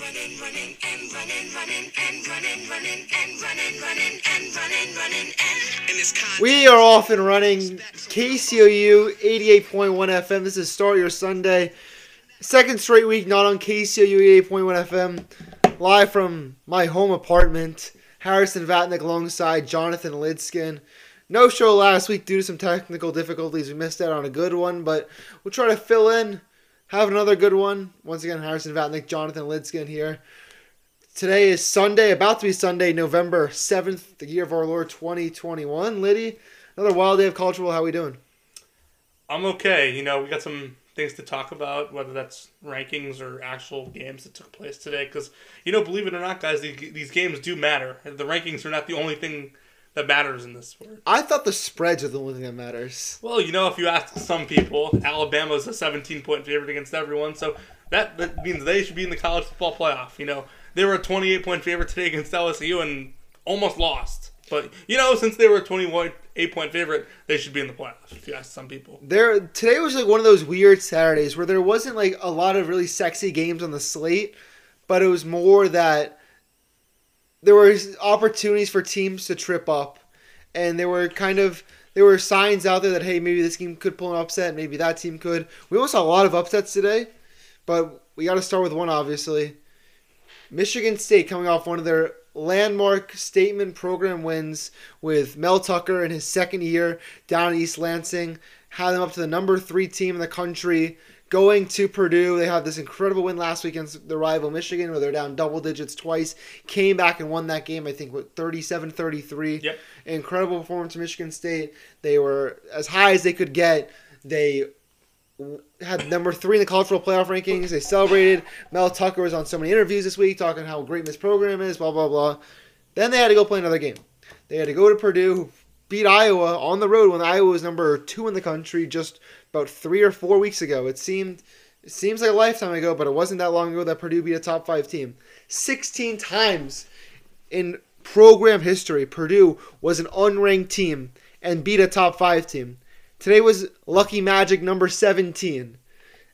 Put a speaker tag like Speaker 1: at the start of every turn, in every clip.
Speaker 1: running and running, running and running, running and running, running and running, running and. In this contest,
Speaker 2: We are off and running. KCOU 88.1 FM. This is Start Your Sunday. Second straight week not on KCOU 88.1 FM. Live from my home apartment. Harrison Vatnick alongside Jonathan Lidskin. No show last week due to some technical difficulties. We missed out on a good one, but we'll try to fill in. Have another good one. Once again, Harrison Vatnick, Jonathan Lidskin here. Today is Sunday, about to be Sunday, November 7th, the year of our Lord 2021. Liddy, another wild day of cultural. How we doing?
Speaker 3: I'm okay. You know, we got some things to talk about, whether that's rankings or actual games that took place today. Because you know, believe it or not, guys, the, these games do matter. The rankings are not the only thing that matters in this sport.
Speaker 2: I thought the spreads were the only thing that matters.
Speaker 3: Well, you know, if you ask some people, Alabama's a 17 point favorite against everyone, so that, that means they should be in the college football playoff. You know, they were a 28 point favorite today against LSU and almost lost. But you know, since they were a 28 point favorite, they should be in the playoffs. If you ask some people.
Speaker 2: There today was like one of those weird Saturdays where there wasn't like a lot of really sexy games on the slate, but it was more that there were opportunities for teams to trip up, and there were kind of there were signs out there that hey maybe this team could pull an upset, maybe that team could. We almost saw a lot of upsets today, but we got to start with one obviously. Michigan State coming off one of their landmark statement program wins with Mel Tucker in his second year down in East Lansing, had them up to the number three team in the country. Going to Purdue, they had this incredible win last week against their rival Michigan, where they're down double digits twice. Came back and won that game, I think, with 37 33.
Speaker 3: Yep.
Speaker 2: Incredible performance from Michigan State. They were as high as they could get. They had number three in the college football playoff rankings. They celebrated. Mel Tucker was on so many interviews this week talking how great this program is, blah, blah, blah. Then they had to go play another game. They had to go to Purdue, who beat Iowa on the road when Iowa was number two in the country just about three or four weeks ago. It seemed it seems like a lifetime ago, but it wasn't that long ago that Purdue beat a top five team. 16 times in program history, Purdue was an unranked team and beat a top five team. Today was Lucky Magic number 17,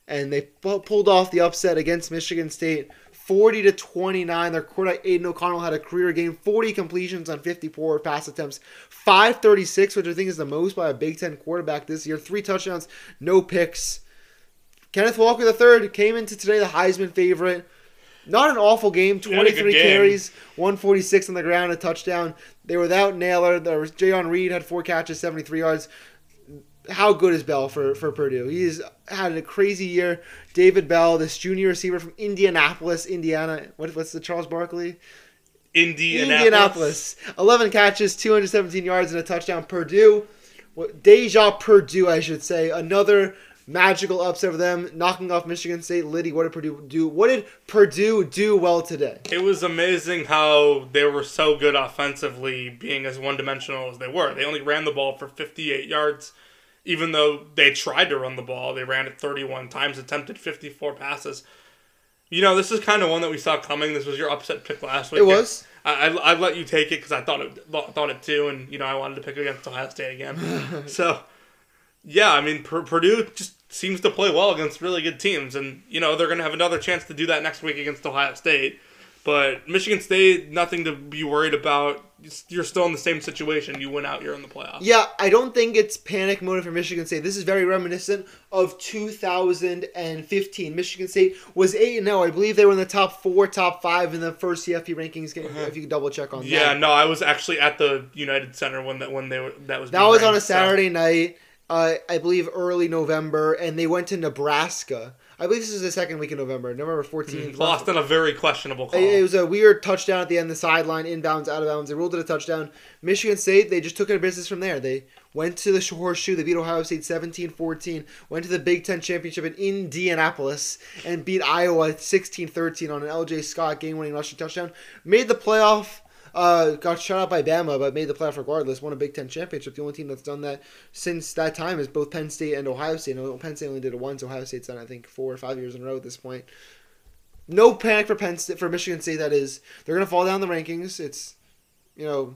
Speaker 2: and they pu- pulled off the upset against Michigan State, 40 to 29. Their quarterback Aiden O'Connell had a career game, 40 completions on 54 pass attempts, 536, which I think is the most by a Big Ten quarterback this year. Three touchdowns, no picks. Kenneth Walker III came into today the Heisman favorite. Not an awful game.
Speaker 3: had a good
Speaker 2: 23
Speaker 3: game.
Speaker 2: carries, 146 on the ground, a touchdown. They were without Naylor. There was Jayon Reed had four catches, 73 yards. How good is Bell for, for Purdue? He's had a crazy year. David Bell, this junior receiver from Indianapolis, Indiana. What, what's the Charles Barkley?
Speaker 3: Indianapolis.
Speaker 2: Indianapolis. 11 catches, 217 yards, and a touchdown. Purdue, well, deja Purdue, I should say. Another magical upset for them, knocking off Michigan State. Liddy, what did Purdue do? What did Purdue do well today?
Speaker 3: It was amazing how they were so good offensively, being as one dimensional as they were. They only ran the ball for 58 yards, even though they tried to run the ball. They ran it 31 times, attempted 54 passes. You know, this is kind of one that we saw coming. This was your upset pick last week.
Speaker 2: It was.
Speaker 3: I, I, I let you take it because I thought it thought it too, and you know I wanted to pick against Ohio State again. so, yeah, I mean Pur- Purdue just seems to play well against really good teams, and you know they're gonna have another chance to do that next week against Ohio State. But Michigan State, nothing to be worried about. You're still in the same situation. You win out, you're in the playoffs.
Speaker 2: Yeah, I don't think it's panic mode for Michigan State. This is very reminiscent of 2015. Michigan State was 8 0. I believe they were in the top four, top five in the first CFP rankings game, if you could double check on that.
Speaker 3: Yeah, no, I was actually at the United Center when that when they were that was
Speaker 2: That
Speaker 3: being
Speaker 2: was on
Speaker 3: ranked,
Speaker 2: a
Speaker 3: so-
Speaker 2: Saturday night, uh, I believe early November, and they went to Nebraska. I believe this is the second week in November, November 14th.
Speaker 3: Lost on a very questionable call.
Speaker 2: It, it was a weird touchdown at the end, the sideline, inbounds, out of bounds. They ruled it a touchdown. Michigan State, they just took care of business from there. They went to the horseshoe. They beat Ohio State 17 14, went to the Big Ten Championship in Indianapolis, and beat Iowa 16 13 on an LJ Scott game winning rushing touchdown. Made the playoff. Uh, got shut out by Bama, but made the playoff regardless. Won a Big Ten championship. The only team that's done that since that time is both Penn State and Ohio State. And Penn State only did it once. Ohio State's done, I think, four or five years in a row at this point no panic for Penn State, for Michigan State. That is, they're gonna fall down the rankings. It's, you know,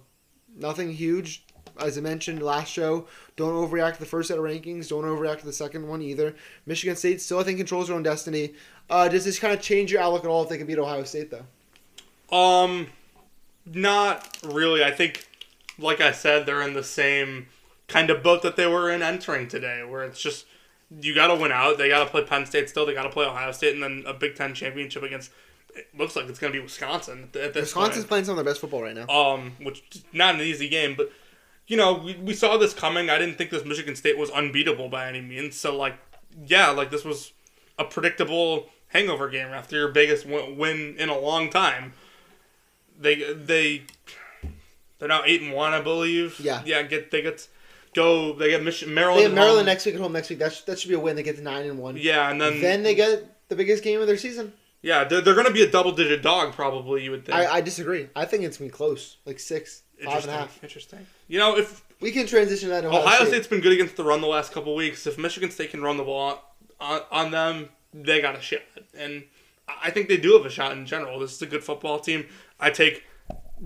Speaker 2: nothing huge. As I mentioned last show, don't overreact to the first set of rankings. Don't overreact to the second one either. Michigan State still, I think, controls their own destiny. Uh, does this kind of change your outlook at all if they can beat Ohio State though?
Speaker 3: Um, not really. I think, like I said, they're in the same kind of boat that they were in entering today, where it's just you got to win out. They got to play Penn State still. They got to play Ohio State, and then a Big Ten championship against. It looks like it's going to be Wisconsin at this
Speaker 2: Wisconsin's
Speaker 3: point.
Speaker 2: playing some of their best football right now.
Speaker 3: Um, which is not an easy game, but you know we, we saw this coming. I didn't think this Michigan State was unbeatable by any means. So like, yeah, like this was a predictable hangover game after your biggest win, win in a long time. They they they're now eight and one, I believe.
Speaker 2: Yeah.
Speaker 3: yeah. Get they get go. They get Mich- Maryland.
Speaker 2: They have
Speaker 3: at
Speaker 2: Maryland
Speaker 3: home.
Speaker 2: next week at home next week. That, sh- that should be a win. They get to nine and one.
Speaker 3: Oh, Yeah, and then,
Speaker 2: Then they get the biggest game of their season.
Speaker 3: yeah, they're, they're going to be a double digit dog probably. You would think.
Speaker 2: I, I disagree. I think it's gonna be close, like six, five and a half.
Speaker 3: Interesting. You know, if
Speaker 2: We can transition that. to Ohio,
Speaker 3: Oh, Ohio
Speaker 2: State.
Speaker 3: State's been good against the run the last couple weeks. If Michigan State can run the ball on, on them, they got a shot. And I I think they do have a shot in general. This is a good football team. I take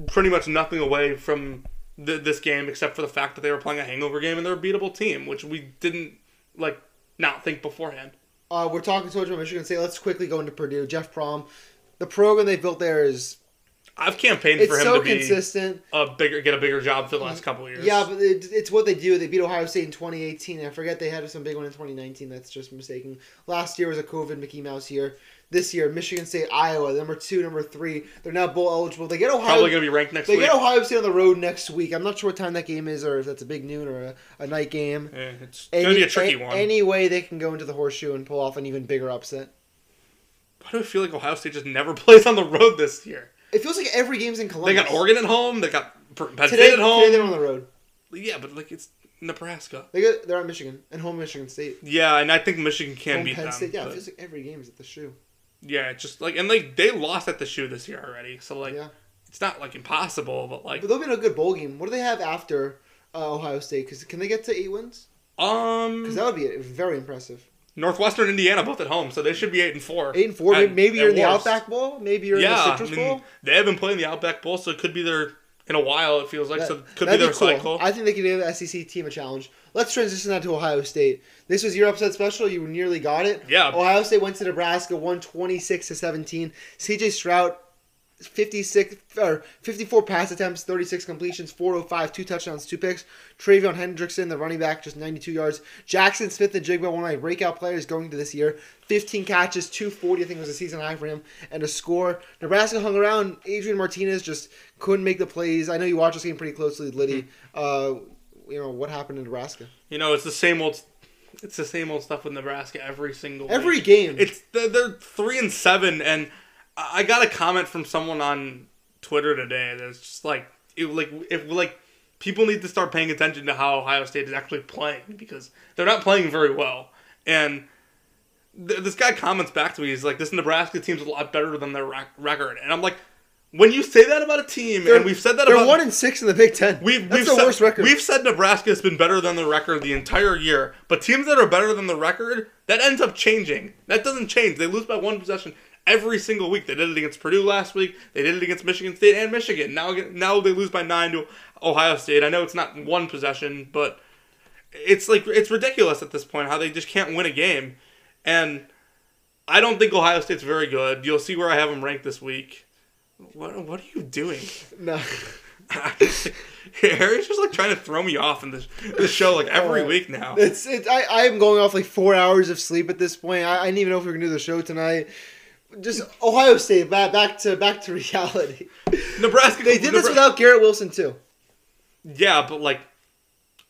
Speaker 3: pretty much nothing away from th- this game except for the fact that they were playing a hangover game and they're a beatable team, which we didn't like not think beforehand.
Speaker 2: Uh, we're talking to about Michigan State. Let's quickly go into Purdue. Jeff Prom, the program they built there is
Speaker 3: I've campaigned
Speaker 2: it's
Speaker 3: for him
Speaker 2: so
Speaker 3: to be
Speaker 2: consistent.
Speaker 3: a bigger get a bigger job for the last couple of years.
Speaker 2: Yeah, but it, it's what they do. They beat Ohio State in 2018. I forget they had some big one in 2019. That's just mistaken. Last year was a COVID Mickey Mouse year. This year, Michigan State, Iowa, number two, number three. They're now bowl eligible. They get Ohio.
Speaker 3: probably going to be ranked next
Speaker 2: they
Speaker 3: week.
Speaker 2: get Ohio State on the road next week. I'm not sure what time that game is, or if that's a big noon or a, a night game.
Speaker 3: Eh, it's going to be a tricky
Speaker 2: a-
Speaker 3: one.
Speaker 2: Any way they can go into the horseshoe and pull off an even bigger upset.
Speaker 3: Why do I feel like Ohio State just never plays on the road this year?
Speaker 2: It feels like every game's in
Speaker 3: They
Speaker 2: Columbus.
Speaker 3: got Oregon at home. They got P- Penn
Speaker 2: today.
Speaker 3: State at home.
Speaker 2: Today they're on the road.
Speaker 3: yeah, but like it's Nebraska.
Speaker 2: They go, they're at Michigan and home Michigan State.
Speaker 3: Yeah, and I think Michigan can
Speaker 2: home
Speaker 3: beat
Speaker 2: Penn
Speaker 3: them.
Speaker 2: State. Yeah, it
Speaker 3: but-
Speaker 2: feels like every game is at the shoe.
Speaker 3: yeah, it's just like and like they lost at the shoe this year already. So like
Speaker 2: Yeah.
Speaker 3: it's not like impossible, but like
Speaker 2: But they'll be in a good bowl game. What do they have after uh, Ohio State? Because can they get to eight wins?
Speaker 3: um
Speaker 2: Because that would be very impressive.
Speaker 3: Northwestern Indiana both at home, so they should be eight and four.
Speaker 2: Eight and four.
Speaker 3: At-
Speaker 2: maybe maybe you're
Speaker 3: at
Speaker 2: in the
Speaker 3: worst.
Speaker 2: Outback Bowl. Maybe you're in
Speaker 3: Yeah,
Speaker 2: the Citrus
Speaker 3: I mean,
Speaker 2: Bowl.
Speaker 3: they have been playing the Outback Bowl, so it could be their in a while. It feels like so it could be
Speaker 2: that'd
Speaker 3: their
Speaker 2: cool.
Speaker 3: cycle.
Speaker 2: I think they could give the SEC team a challenge. Let's transition that to Ohio State. This was your upset special. You nearly got it.
Speaker 3: Yeah.
Speaker 2: Ohio State went to Nebraska, won twenty six to seventeen. C.J. Stroud, fifty six or fifty four pass attempts, thirty six completions, four oh five, two touchdowns, two picks. Travion Hendrickson, the running back, just ninety two yards. Jackson Smith and Jigba, one of my breakout players going to this year. 15 catches, 240, I think was a season high for him, and a score. Nebraska hung around. Adrian Martinez just couldn't make the plays. I know you watched this game pretty closely, Liddy.
Speaker 3: Hmm.
Speaker 2: Uh, you know, what happened in Nebraska?
Speaker 3: You know, it's the same old. It's the same old stuff with Nebraska every single
Speaker 2: Every
Speaker 3: week.
Speaker 2: game.
Speaker 3: It's they're, they're three and seven, and I I got a comment from someone on Twitter today that's just like it like if like people need to start paying attention to how Ohio State is actually playing because they're not playing very well, and th- this guy comments back to me. He's like, "This Nebraska team's a lot better than their rac- record," and I'm like, "When you say that about a team, and we've said that
Speaker 2: They're
Speaker 3: about
Speaker 2: one and six in the Big Ten.
Speaker 3: We've,
Speaker 2: That's
Speaker 3: we've
Speaker 2: the
Speaker 3: said,
Speaker 2: worst record.
Speaker 3: We've said Nebraska's been better than the record the entire year, but teams that are better than the record, that ends up changing. That doesn't change. They lose by one possession every single week. They did it against Purdue last week. They did it against Michigan State and Michigan. Now, now they lose by nine to Ohio State. I know it's not one possession, but it's like it's ridiculous at this point how they just can't win a game. And I don't think Ohio State's very good. You'll see where I have them ranked this week. What, what are you doing?
Speaker 2: no.
Speaker 3: Harry's just like trying to throw me off in this this show like every
Speaker 2: Oh.
Speaker 3: week now.
Speaker 2: It's it, I, I am going off like four hours of sleep at this point. I, I didn't even know if we were gonna do the show tonight. Just Ohio State back back to back to reality.
Speaker 3: Nebraska.
Speaker 2: They did this
Speaker 3: Nebra-
Speaker 2: without Garrett Wilson too.
Speaker 3: Yeah, but like,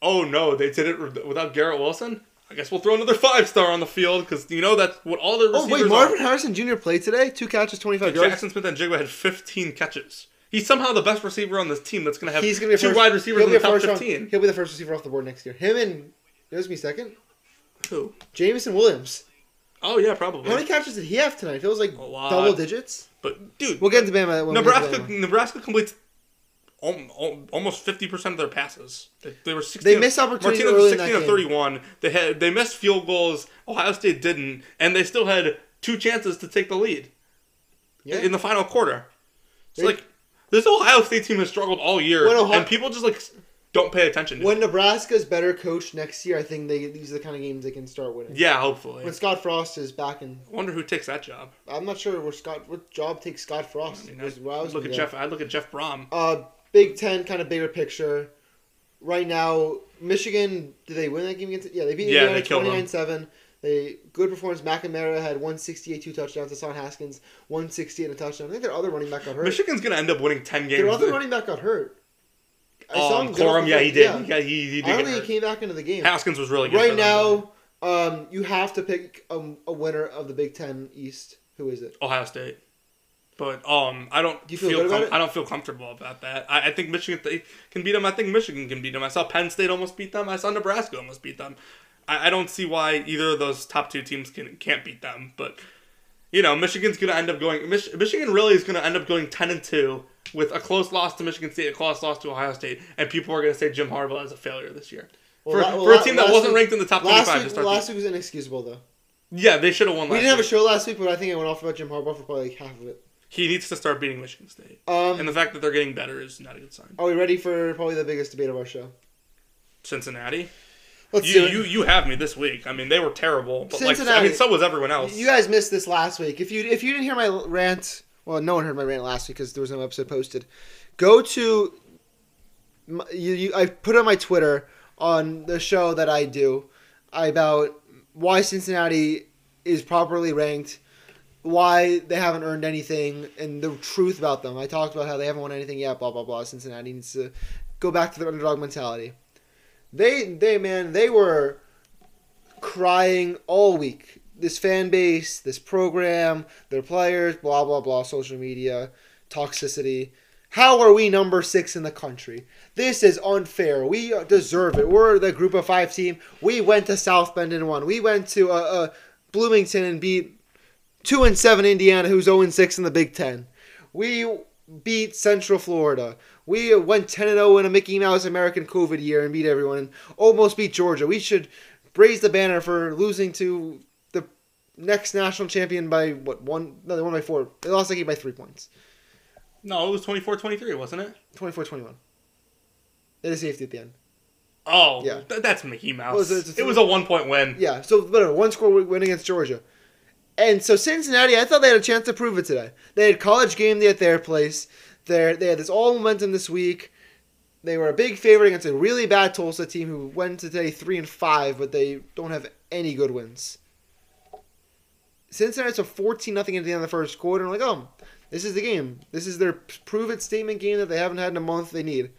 Speaker 3: oh no, they did it re- without Garrett Wilson. I guess we'll throw another five star on the field because you know that's what all their
Speaker 2: Oh
Speaker 3: receivers
Speaker 2: wait,
Speaker 3: Marvin
Speaker 2: Marvin Harrison Jr. played today. Two catches, twenty five yards.
Speaker 3: Jackson Smith and Jigba had 15 catches. He's somehow the best receiver on this team. That's gonna have
Speaker 2: He's gonna be a
Speaker 3: two
Speaker 2: first,
Speaker 3: wide receivers
Speaker 2: he'll
Speaker 3: in
Speaker 2: be
Speaker 3: the
Speaker 2: a
Speaker 3: top
Speaker 2: first
Speaker 3: 15.
Speaker 2: Round, he'll be the first receiver off the board next year. Him and there's me second.
Speaker 3: Who?
Speaker 2: Jameson Williams.
Speaker 3: Oh yeah,
Speaker 2: How many
Speaker 3: probably.
Speaker 2: catches did he have tonight? Feels like
Speaker 3: lot.
Speaker 2: double digits.
Speaker 3: But dude,
Speaker 2: We'll get into Bama when We
Speaker 3: Nebraska
Speaker 2: get to Bama.
Speaker 3: Nebraska completes al- al- almost fifty percent of their passes. They, they were sixteen.
Speaker 2: They missed opportunities
Speaker 3: Martinez
Speaker 2: early
Speaker 3: was
Speaker 2: in that
Speaker 3: sixteen of
Speaker 2: game.
Speaker 3: thirty-one. They had they missed field goals. Ohio State didn't, and they still had two chances to take the lead
Speaker 2: Yeah.
Speaker 3: in the final quarter. It's
Speaker 2: They-
Speaker 3: like this Ohio State team has struggled all year,
Speaker 2: When Ohio-
Speaker 3: and people just like don't pay attention to.
Speaker 2: When Nebraska's better coached next year, I think they these are the kind of games they can start winning.
Speaker 3: yeah, hopefully.
Speaker 2: When Scott Frost is back in,
Speaker 3: wonder who takes that job.
Speaker 2: I'm not sure where Scott what job takes Scott Frost.
Speaker 3: I mean,
Speaker 2: was
Speaker 3: I'd
Speaker 2: where I was
Speaker 3: look at
Speaker 2: gonna
Speaker 3: Jeff. I would look at Jeff Brom.
Speaker 2: go. Uh, Big Ten kind of bigger picture. Right now, Michigan did they win that game against? Yeah, they beat
Speaker 3: Yeah,
Speaker 2: Indiana
Speaker 3: they killed them.
Speaker 2: 29-7. They good performance. McNamara had 168, two touchdowns. Hassan Haskins 160 and a touchdown. I think their other running back got hurt.
Speaker 3: Michigan's gonna end up winning ten games.
Speaker 2: Their other running back got hurt.
Speaker 3: Oh,
Speaker 2: him
Speaker 3: um,
Speaker 2: get off
Speaker 3: Corum,
Speaker 2: the
Speaker 3: yeah,
Speaker 2: field.
Speaker 3: he did. Yeah, he, he did.
Speaker 2: I don't
Speaker 3: get
Speaker 2: think
Speaker 3: hurt.
Speaker 2: he came back into the game.
Speaker 3: Haskins was really good.
Speaker 2: Right
Speaker 3: for them.
Speaker 2: now, um, you have to pick um, a winner of the Big Ten East. Who is it?
Speaker 3: Ohio State. But um, I don't
Speaker 2: Do you feel
Speaker 3: feel,
Speaker 2: good about
Speaker 3: com-
Speaker 2: it?
Speaker 3: I don't feel comfortable about that. I, I think Michigan th- can beat them. I think Michigan can beat them. I saw Penn State almost beat them. I saw Nebraska almost beat them. I, I don't see why either of those top two teams can can't beat them. But you know, Michigan's going to end up going. Mich- Michigan really is going to end up going ten and two with a close loss to Michigan State, a close loss to Ohio State, and people are going to say Jim Harbaugh is a failure this year for,
Speaker 2: la-
Speaker 3: for
Speaker 2: la-
Speaker 3: a team that
Speaker 2: last
Speaker 3: wasn't
Speaker 2: week-
Speaker 3: ranked in the top
Speaker 2: last
Speaker 3: twenty-five. to
Speaker 2: Week,
Speaker 3: start the-
Speaker 2: last week was inexcusable though.
Speaker 3: yeah, they should have won.
Speaker 2: We
Speaker 3: last
Speaker 2: didn't have a
Speaker 3: week.
Speaker 2: show last week, but I think I went off about Jim Harbaugh for probably like half of it.
Speaker 3: He needs to start beating Michigan State.
Speaker 2: Um,
Speaker 3: And the fact that they're getting better is not a good sign.
Speaker 2: are we ready for probably the biggest debate of our show?
Speaker 3: Cincinnati,
Speaker 2: Let's
Speaker 3: you,
Speaker 2: do it.
Speaker 3: you you have me this week. I mean, they were terrible, but like I
Speaker 2: Cincinnati.
Speaker 3: mean, so was everyone else.
Speaker 2: You guys missed this last week. If you if you didn't hear my rant, well, no one heard my rant last week because there was no episode posted. Go to my, you, you. I put on my Twitter on the show that I do about why Cincinnati is properly ranked, why they haven't earned anything, and the truth about them. I talked about how they haven't won anything yet. Blah blah blah. Cincinnati needs to go back to their underdog mentality. They they man they were crying all week. This fan base, this program, their players, blah blah blah, social media, toxicity. How are we number six in the country? This is unfair. We deserve it. We're the group of five team. We went to South Bend and won. We went to uh, uh, Bloomington and beat two and seven Indiana, who's zero and six in the Big Ten. We beat Central Florida. We went ten and zero in a Mickey Mouse American COVID year and beat everyone and almost beat Georgia. We should raise the banner for losing to the next national champion by what one? No, they won by four. They lost that game by three points,
Speaker 3: no, it was 24-23, wasn't it?
Speaker 2: 24-21. They had a safety at the end.
Speaker 3: Oh,
Speaker 2: Yeah.
Speaker 3: th- that's Mickey Mouse.
Speaker 2: Well, it's- it's-
Speaker 3: it was a one point win.
Speaker 2: Yeah, so whatever, one score win against Georgia. And so Cincinnati, I thought they had a chance to prove it today. They had college game day at their place. They they had this all momentum this week. They were a big favorite against a really bad Tulsa team who went today three and five, but they don't have any good wins. Cincinnati's a fourteen nothing at the end of the first quarter. And I'm like, oh, this is the game. This is their prove it statement game that they haven't had in a month. They need.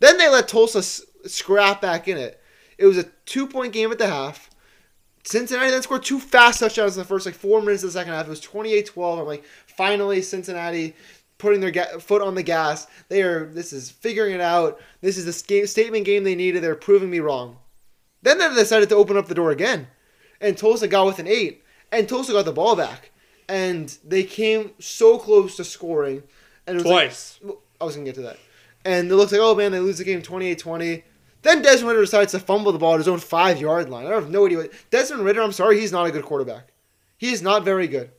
Speaker 2: Then they let Tulsa s- scrap back in it. It was a two point game at the half. Cincinnati then scored two fast touchdowns in the first like four minutes of the second half. It was 28-12. I'm like, finally, Cincinnati putting their ga- foot on the gas. They are. This is figuring it out. This is the sca- statement game they needed. They're proving me wrong. Then they decided to open up the door again, and Tulsa got with an eight, and Tulsa got the ball back, and they came so close to scoring. And it was like-
Speaker 3: Twice.
Speaker 2: I was gonna get to that. And it looks like, oh man, they lose the game 28-20. Then Desmond Ritter decides to fumble the ball at his own five yard line. I have no idea. What, Desmond Ritter, I'm sorry, he's not a good quarterback. He is not very good.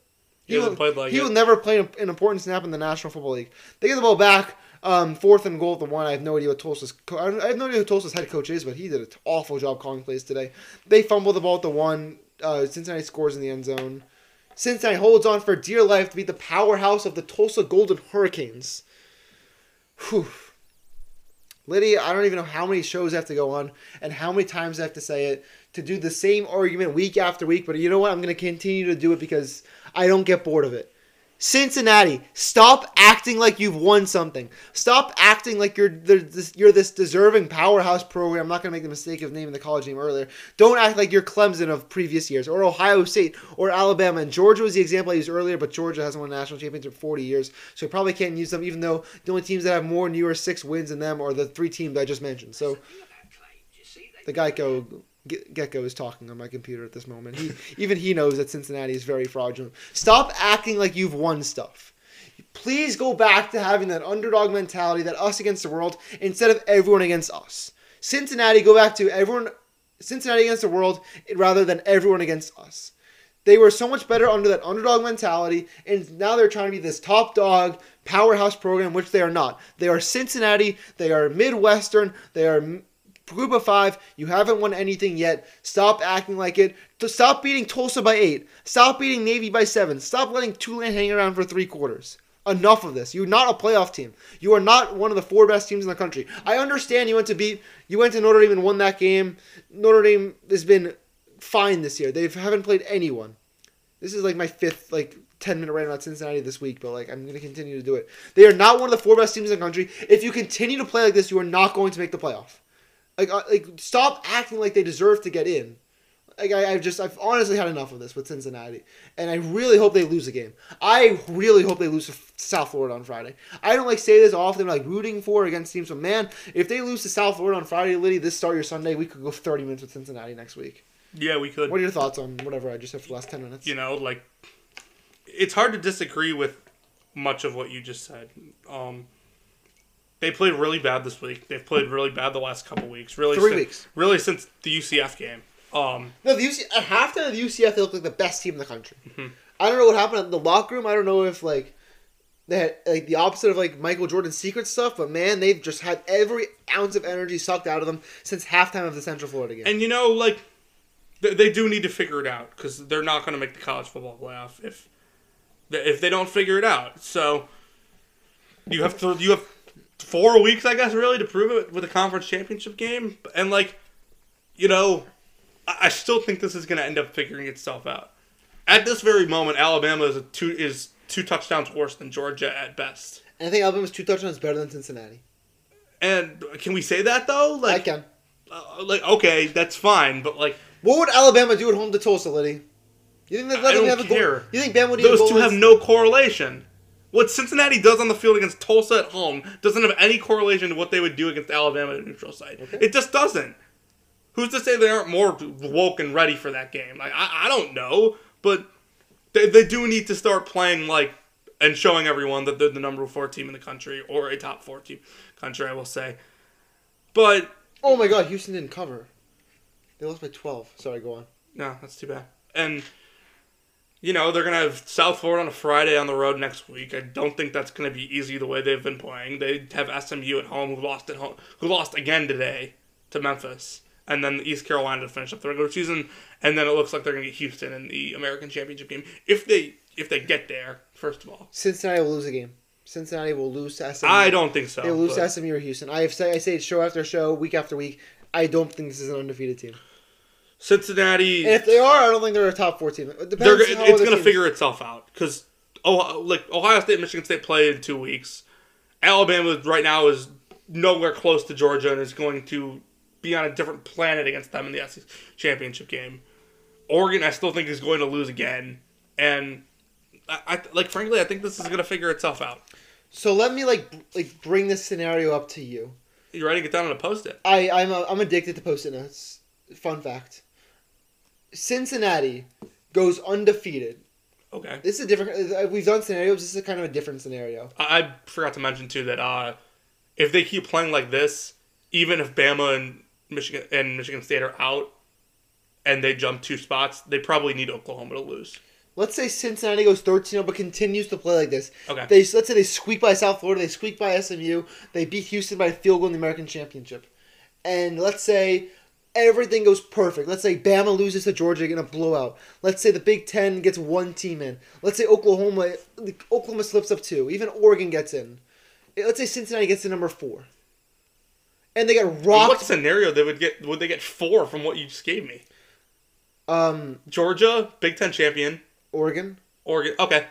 Speaker 3: He hasn't played like
Speaker 2: he
Speaker 3: it.
Speaker 2: will never play an an important snap in the National Football League. They get the ball back, um, fourth and goal at the one. I have no idea what Tulsa's. Co- I don't- I have no idea who Tulsa's head coach is, but he did an awful job calling plays today. They fumble the ball at the one. Uh, Cincinnati scores in the end zone. Cincinnati holds on for dear life to be the powerhouse of the Tulsa Golden Hurricanes. Whew. Liddy, I don't even know how many shows I have to go on and how many times I have to say it to do the same argument week after week, but you know what? I'm going to continue to do it because I don't get bored of it. Cincinnati, stop acting like you've won something. Stop acting like you're the- this, you're this deserving powerhouse program. I'm not going to make the mistake of naming the college name earlier. Don't act like you're Clemson of previous years or Ohio State or Alabama. And Georgia was the example I used earlier, but Georgia hasn't won a national championship in 40 years, so you probably can't use them. Even though the only teams that have more New Year's six wins than them are the three teams I just mentioned. So the Geico Ge- Gecko is talking on my computer at this moment. He, even he knows that Cincinnati is very fraudulent. Stop acting like you've won stuff. Please go back to having that underdog mentality, that us against the world, instead of everyone against us. Cincinnati, go back to everyone, Cincinnati against the world, rather than everyone against us. They were so much better under that underdog mentality, and now they're trying to be this top dog powerhouse program, which they are not. They are Cincinnati. They are Midwestern. They are m- group of five. You haven't won anything yet. Stop acting like it. T- Stop beating Tulsa by eight. Stop beating Navy by seven. Stop letting Tulane hang around for three quarters. Enough of this. You're not a playoff team. You are not one of the four best teams in the country. I understand you went to beat. You went to Notre Dame and won that game. Notre Dame has been fine this year. They haven't played anyone. This is like my fifth like ten minute rant about Cincinnati this week, but like I'm gonna continue to do it. They are not one of the four best teams in the country. If you continue to play like this, you are not going to make the playoff. Like uh, like stop acting like they deserve to get in. Like I, I've just I've honestly had enough of this with Cincinnati, and I really hope they lose a game. I really hope they lose to F- South Florida on Friday. I don't like say this often, like rooting for against teams, but man, if they lose to South Florida on Friday, Liddy, this start your Sunday, we could go 30 minutes with Cincinnati next week.
Speaker 3: Yeah, we could.
Speaker 2: What are your thoughts on whatever I just said for the last 10 minutes?
Speaker 3: you know, like it's hard to disagree with much of what you just said. Um, they played really bad this week. They've played really bad the last couple weeks. Really,
Speaker 2: Three
Speaker 3: sin-
Speaker 2: weeks.
Speaker 3: Really, since the UCF game. Um,
Speaker 2: No, the UC, at halftime, the UCF they looked like the best team in the country.
Speaker 3: Mm-hmm.
Speaker 2: I don't know what happened in the locker room. I don't know if like they had like the opposite of like Michael Jordan's secret stuff, but man, they've just had every ounce of energy sucked out of them since halftime of the Central Florida game.
Speaker 3: and you know, like th- they do need to figure it out because they're not going to make the college football playoff if th- if they don't figure it out. So you have to you have four weeks, I guess, really, to prove it with a conference championship game. And like, you know, I, I still think this is going to end up figuring itself out. At this very moment, Alabama is a two is two touchdowns worse than Georgia at best.
Speaker 2: And I think Alabama's two touchdowns better than Cincinnati.
Speaker 3: And can we say that though? Like,
Speaker 2: I can.
Speaker 3: uh, like okay, that's fine, but like
Speaker 2: What would Alabama do at home to Tulsa, Liddy? You think they'd let
Speaker 3: I
Speaker 2: them
Speaker 3: don't
Speaker 2: have a goal?
Speaker 3: care.
Speaker 2: You think Bama would even
Speaker 3: Those
Speaker 2: goal
Speaker 3: two have
Speaker 2: against-
Speaker 3: no correlation. What Cincinnati does on the field against Tulsa at home doesn't have any correlation to what they would do against Alabama at a neutral site. It just doesn't. Who's to say they aren't more woke and ready for that game? Like I, I don't know, but they, they do need to start playing like and showing everyone that they're the number four team in the country or a top four team country. I will say, but
Speaker 2: Oh my God, Houston didn't cover. They lost by twelve. Sorry, go on.
Speaker 3: No, that's too bad. And you know they're gonna have South Florida on a Friday on the road next week. I don't think that's gonna be easy the way they've been playing. They have SMU at home, who lost at home, who lost again today to Memphis, and then East Carolina to finish up the regular season. And then it looks like they're gonna get Houston in the American Championship game if they if they get there. First of all,
Speaker 2: Cincinnati will lose a game. Cincinnati will lose to SMU.
Speaker 3: I don't think so.
Speaker 2: They lose
Speaker 3: but-
Speaker 2: to SMU or Houston. I have say I say it show after show, week after week. I don't think this is an undefeated team.
Speaker 3: Cincinnati.
Speaker 2: And if they are, I don't think they're a top four team. It depends
Speaker 3: they're,
Speaker 2: how
Speaker 3: it's
Speaker 2: other
Speaker 3: going
Speaker 2: teams-
Speaker 3: to figure itself out because Ohio, like Ohio State, Michigan State play in two weeks. Alabama right now is nowhere close to Georgia and is going to be on a different planet against them in the SEC championship game. Oregon, I still think is going to lose again, and I, I like frankly, I think this is going to figure itself out.
Speaker 2: So let me like br- like bring this scenario up to you.
Speaker 3: You're ready to get down on a post it.
Speaker 2: I I'm a, I'm addicted to post-it notes. Fun fact. Cincinnati goes undefeated.
Speaker 3: Okay.
Speaker 2: This is a different. uh, We've done scenarios. This is kind of a different scenario.
Speaker 3: I, I forgot to mention too that uh, if they keep playing like this, even if Bama and Michigan and Michigan State are out, and they jump two spots, they probably need Oklahoma to lose.
Speaker 2: Let's say Cincinnati goes 13 but continues to play like this.
Speaker 3: Okay.
Speaker 2: They let's say they squeak by South Florida, they squeak by SMU, they beat Houston by a field goal in the American Championship. And let's say everything goes perfect. Let's say Bama loses to Georgia in a blowout. Let's say the Big 10 gets one team in. Let's say Oklahoma Oklahoma slips up two. Even Oregon gets in. Let's say Cincinnati gets to number 4. And they get
Speaker 3: what
Speaker 2: rocked
Speaker 3: scenario they would get? Would they get four from what you just gave me?
Speaker 2: um
Speaker 3: Georgia, Big Ten champion,
Speaker 2: Oregon.
Speaker 3: Oregon. Okay,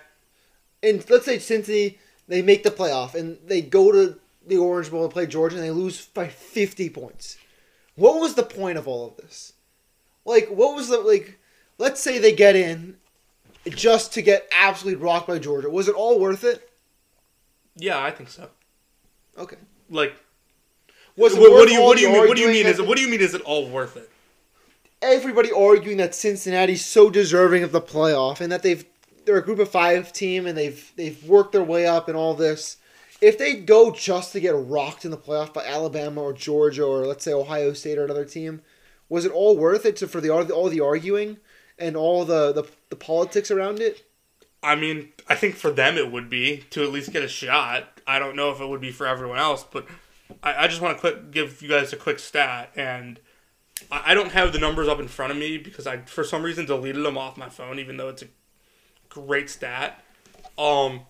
Speaker 2: and let's say Cincy they make the playoff and they go to the Orange Bowl and play Georgia and they lose by 50 points. What was the point of all of this? Like, what was the like? Let's say they get in just to get absolutely rocked by Georgia. Was it all worth it?
Speaker 3: yeah, I think so.
Speaker 2: Okay.
Speaker 3: Like,
Speaker 2: Was it
Speaker 3: what, what
Speaker 2: worth
Speaker 3: do you
Speaker 2: all
Speaker 3: what do you
Speaker 2: the
Speaker 3: mean, what do you
Speaker 2: arguing
Speaker 3: mean
Speaker 2: that-
Speaker 3: is it, what do you mean is it all worth it?
Speaker 2: everybody arguing that Cincinnati's so deserving of the playoff and that they've they're a group of five team and they've they've worked their way up and all this. If they go just to get rocked in the playoff by Alabama or Georgia or let's say Ohio State or another team, was it all worth it to, for the all the arguing? and all the, the the politics around it.
Speaker 3: I mean, I think for them it would be to at least get a shot. I don't know if it would be for everyone else, but I, I just want to quick give you guys a quick stat, and I, I don't have the numbers up in front of me because I for some reason deleted them off my phone, even though it's a great stat. Um,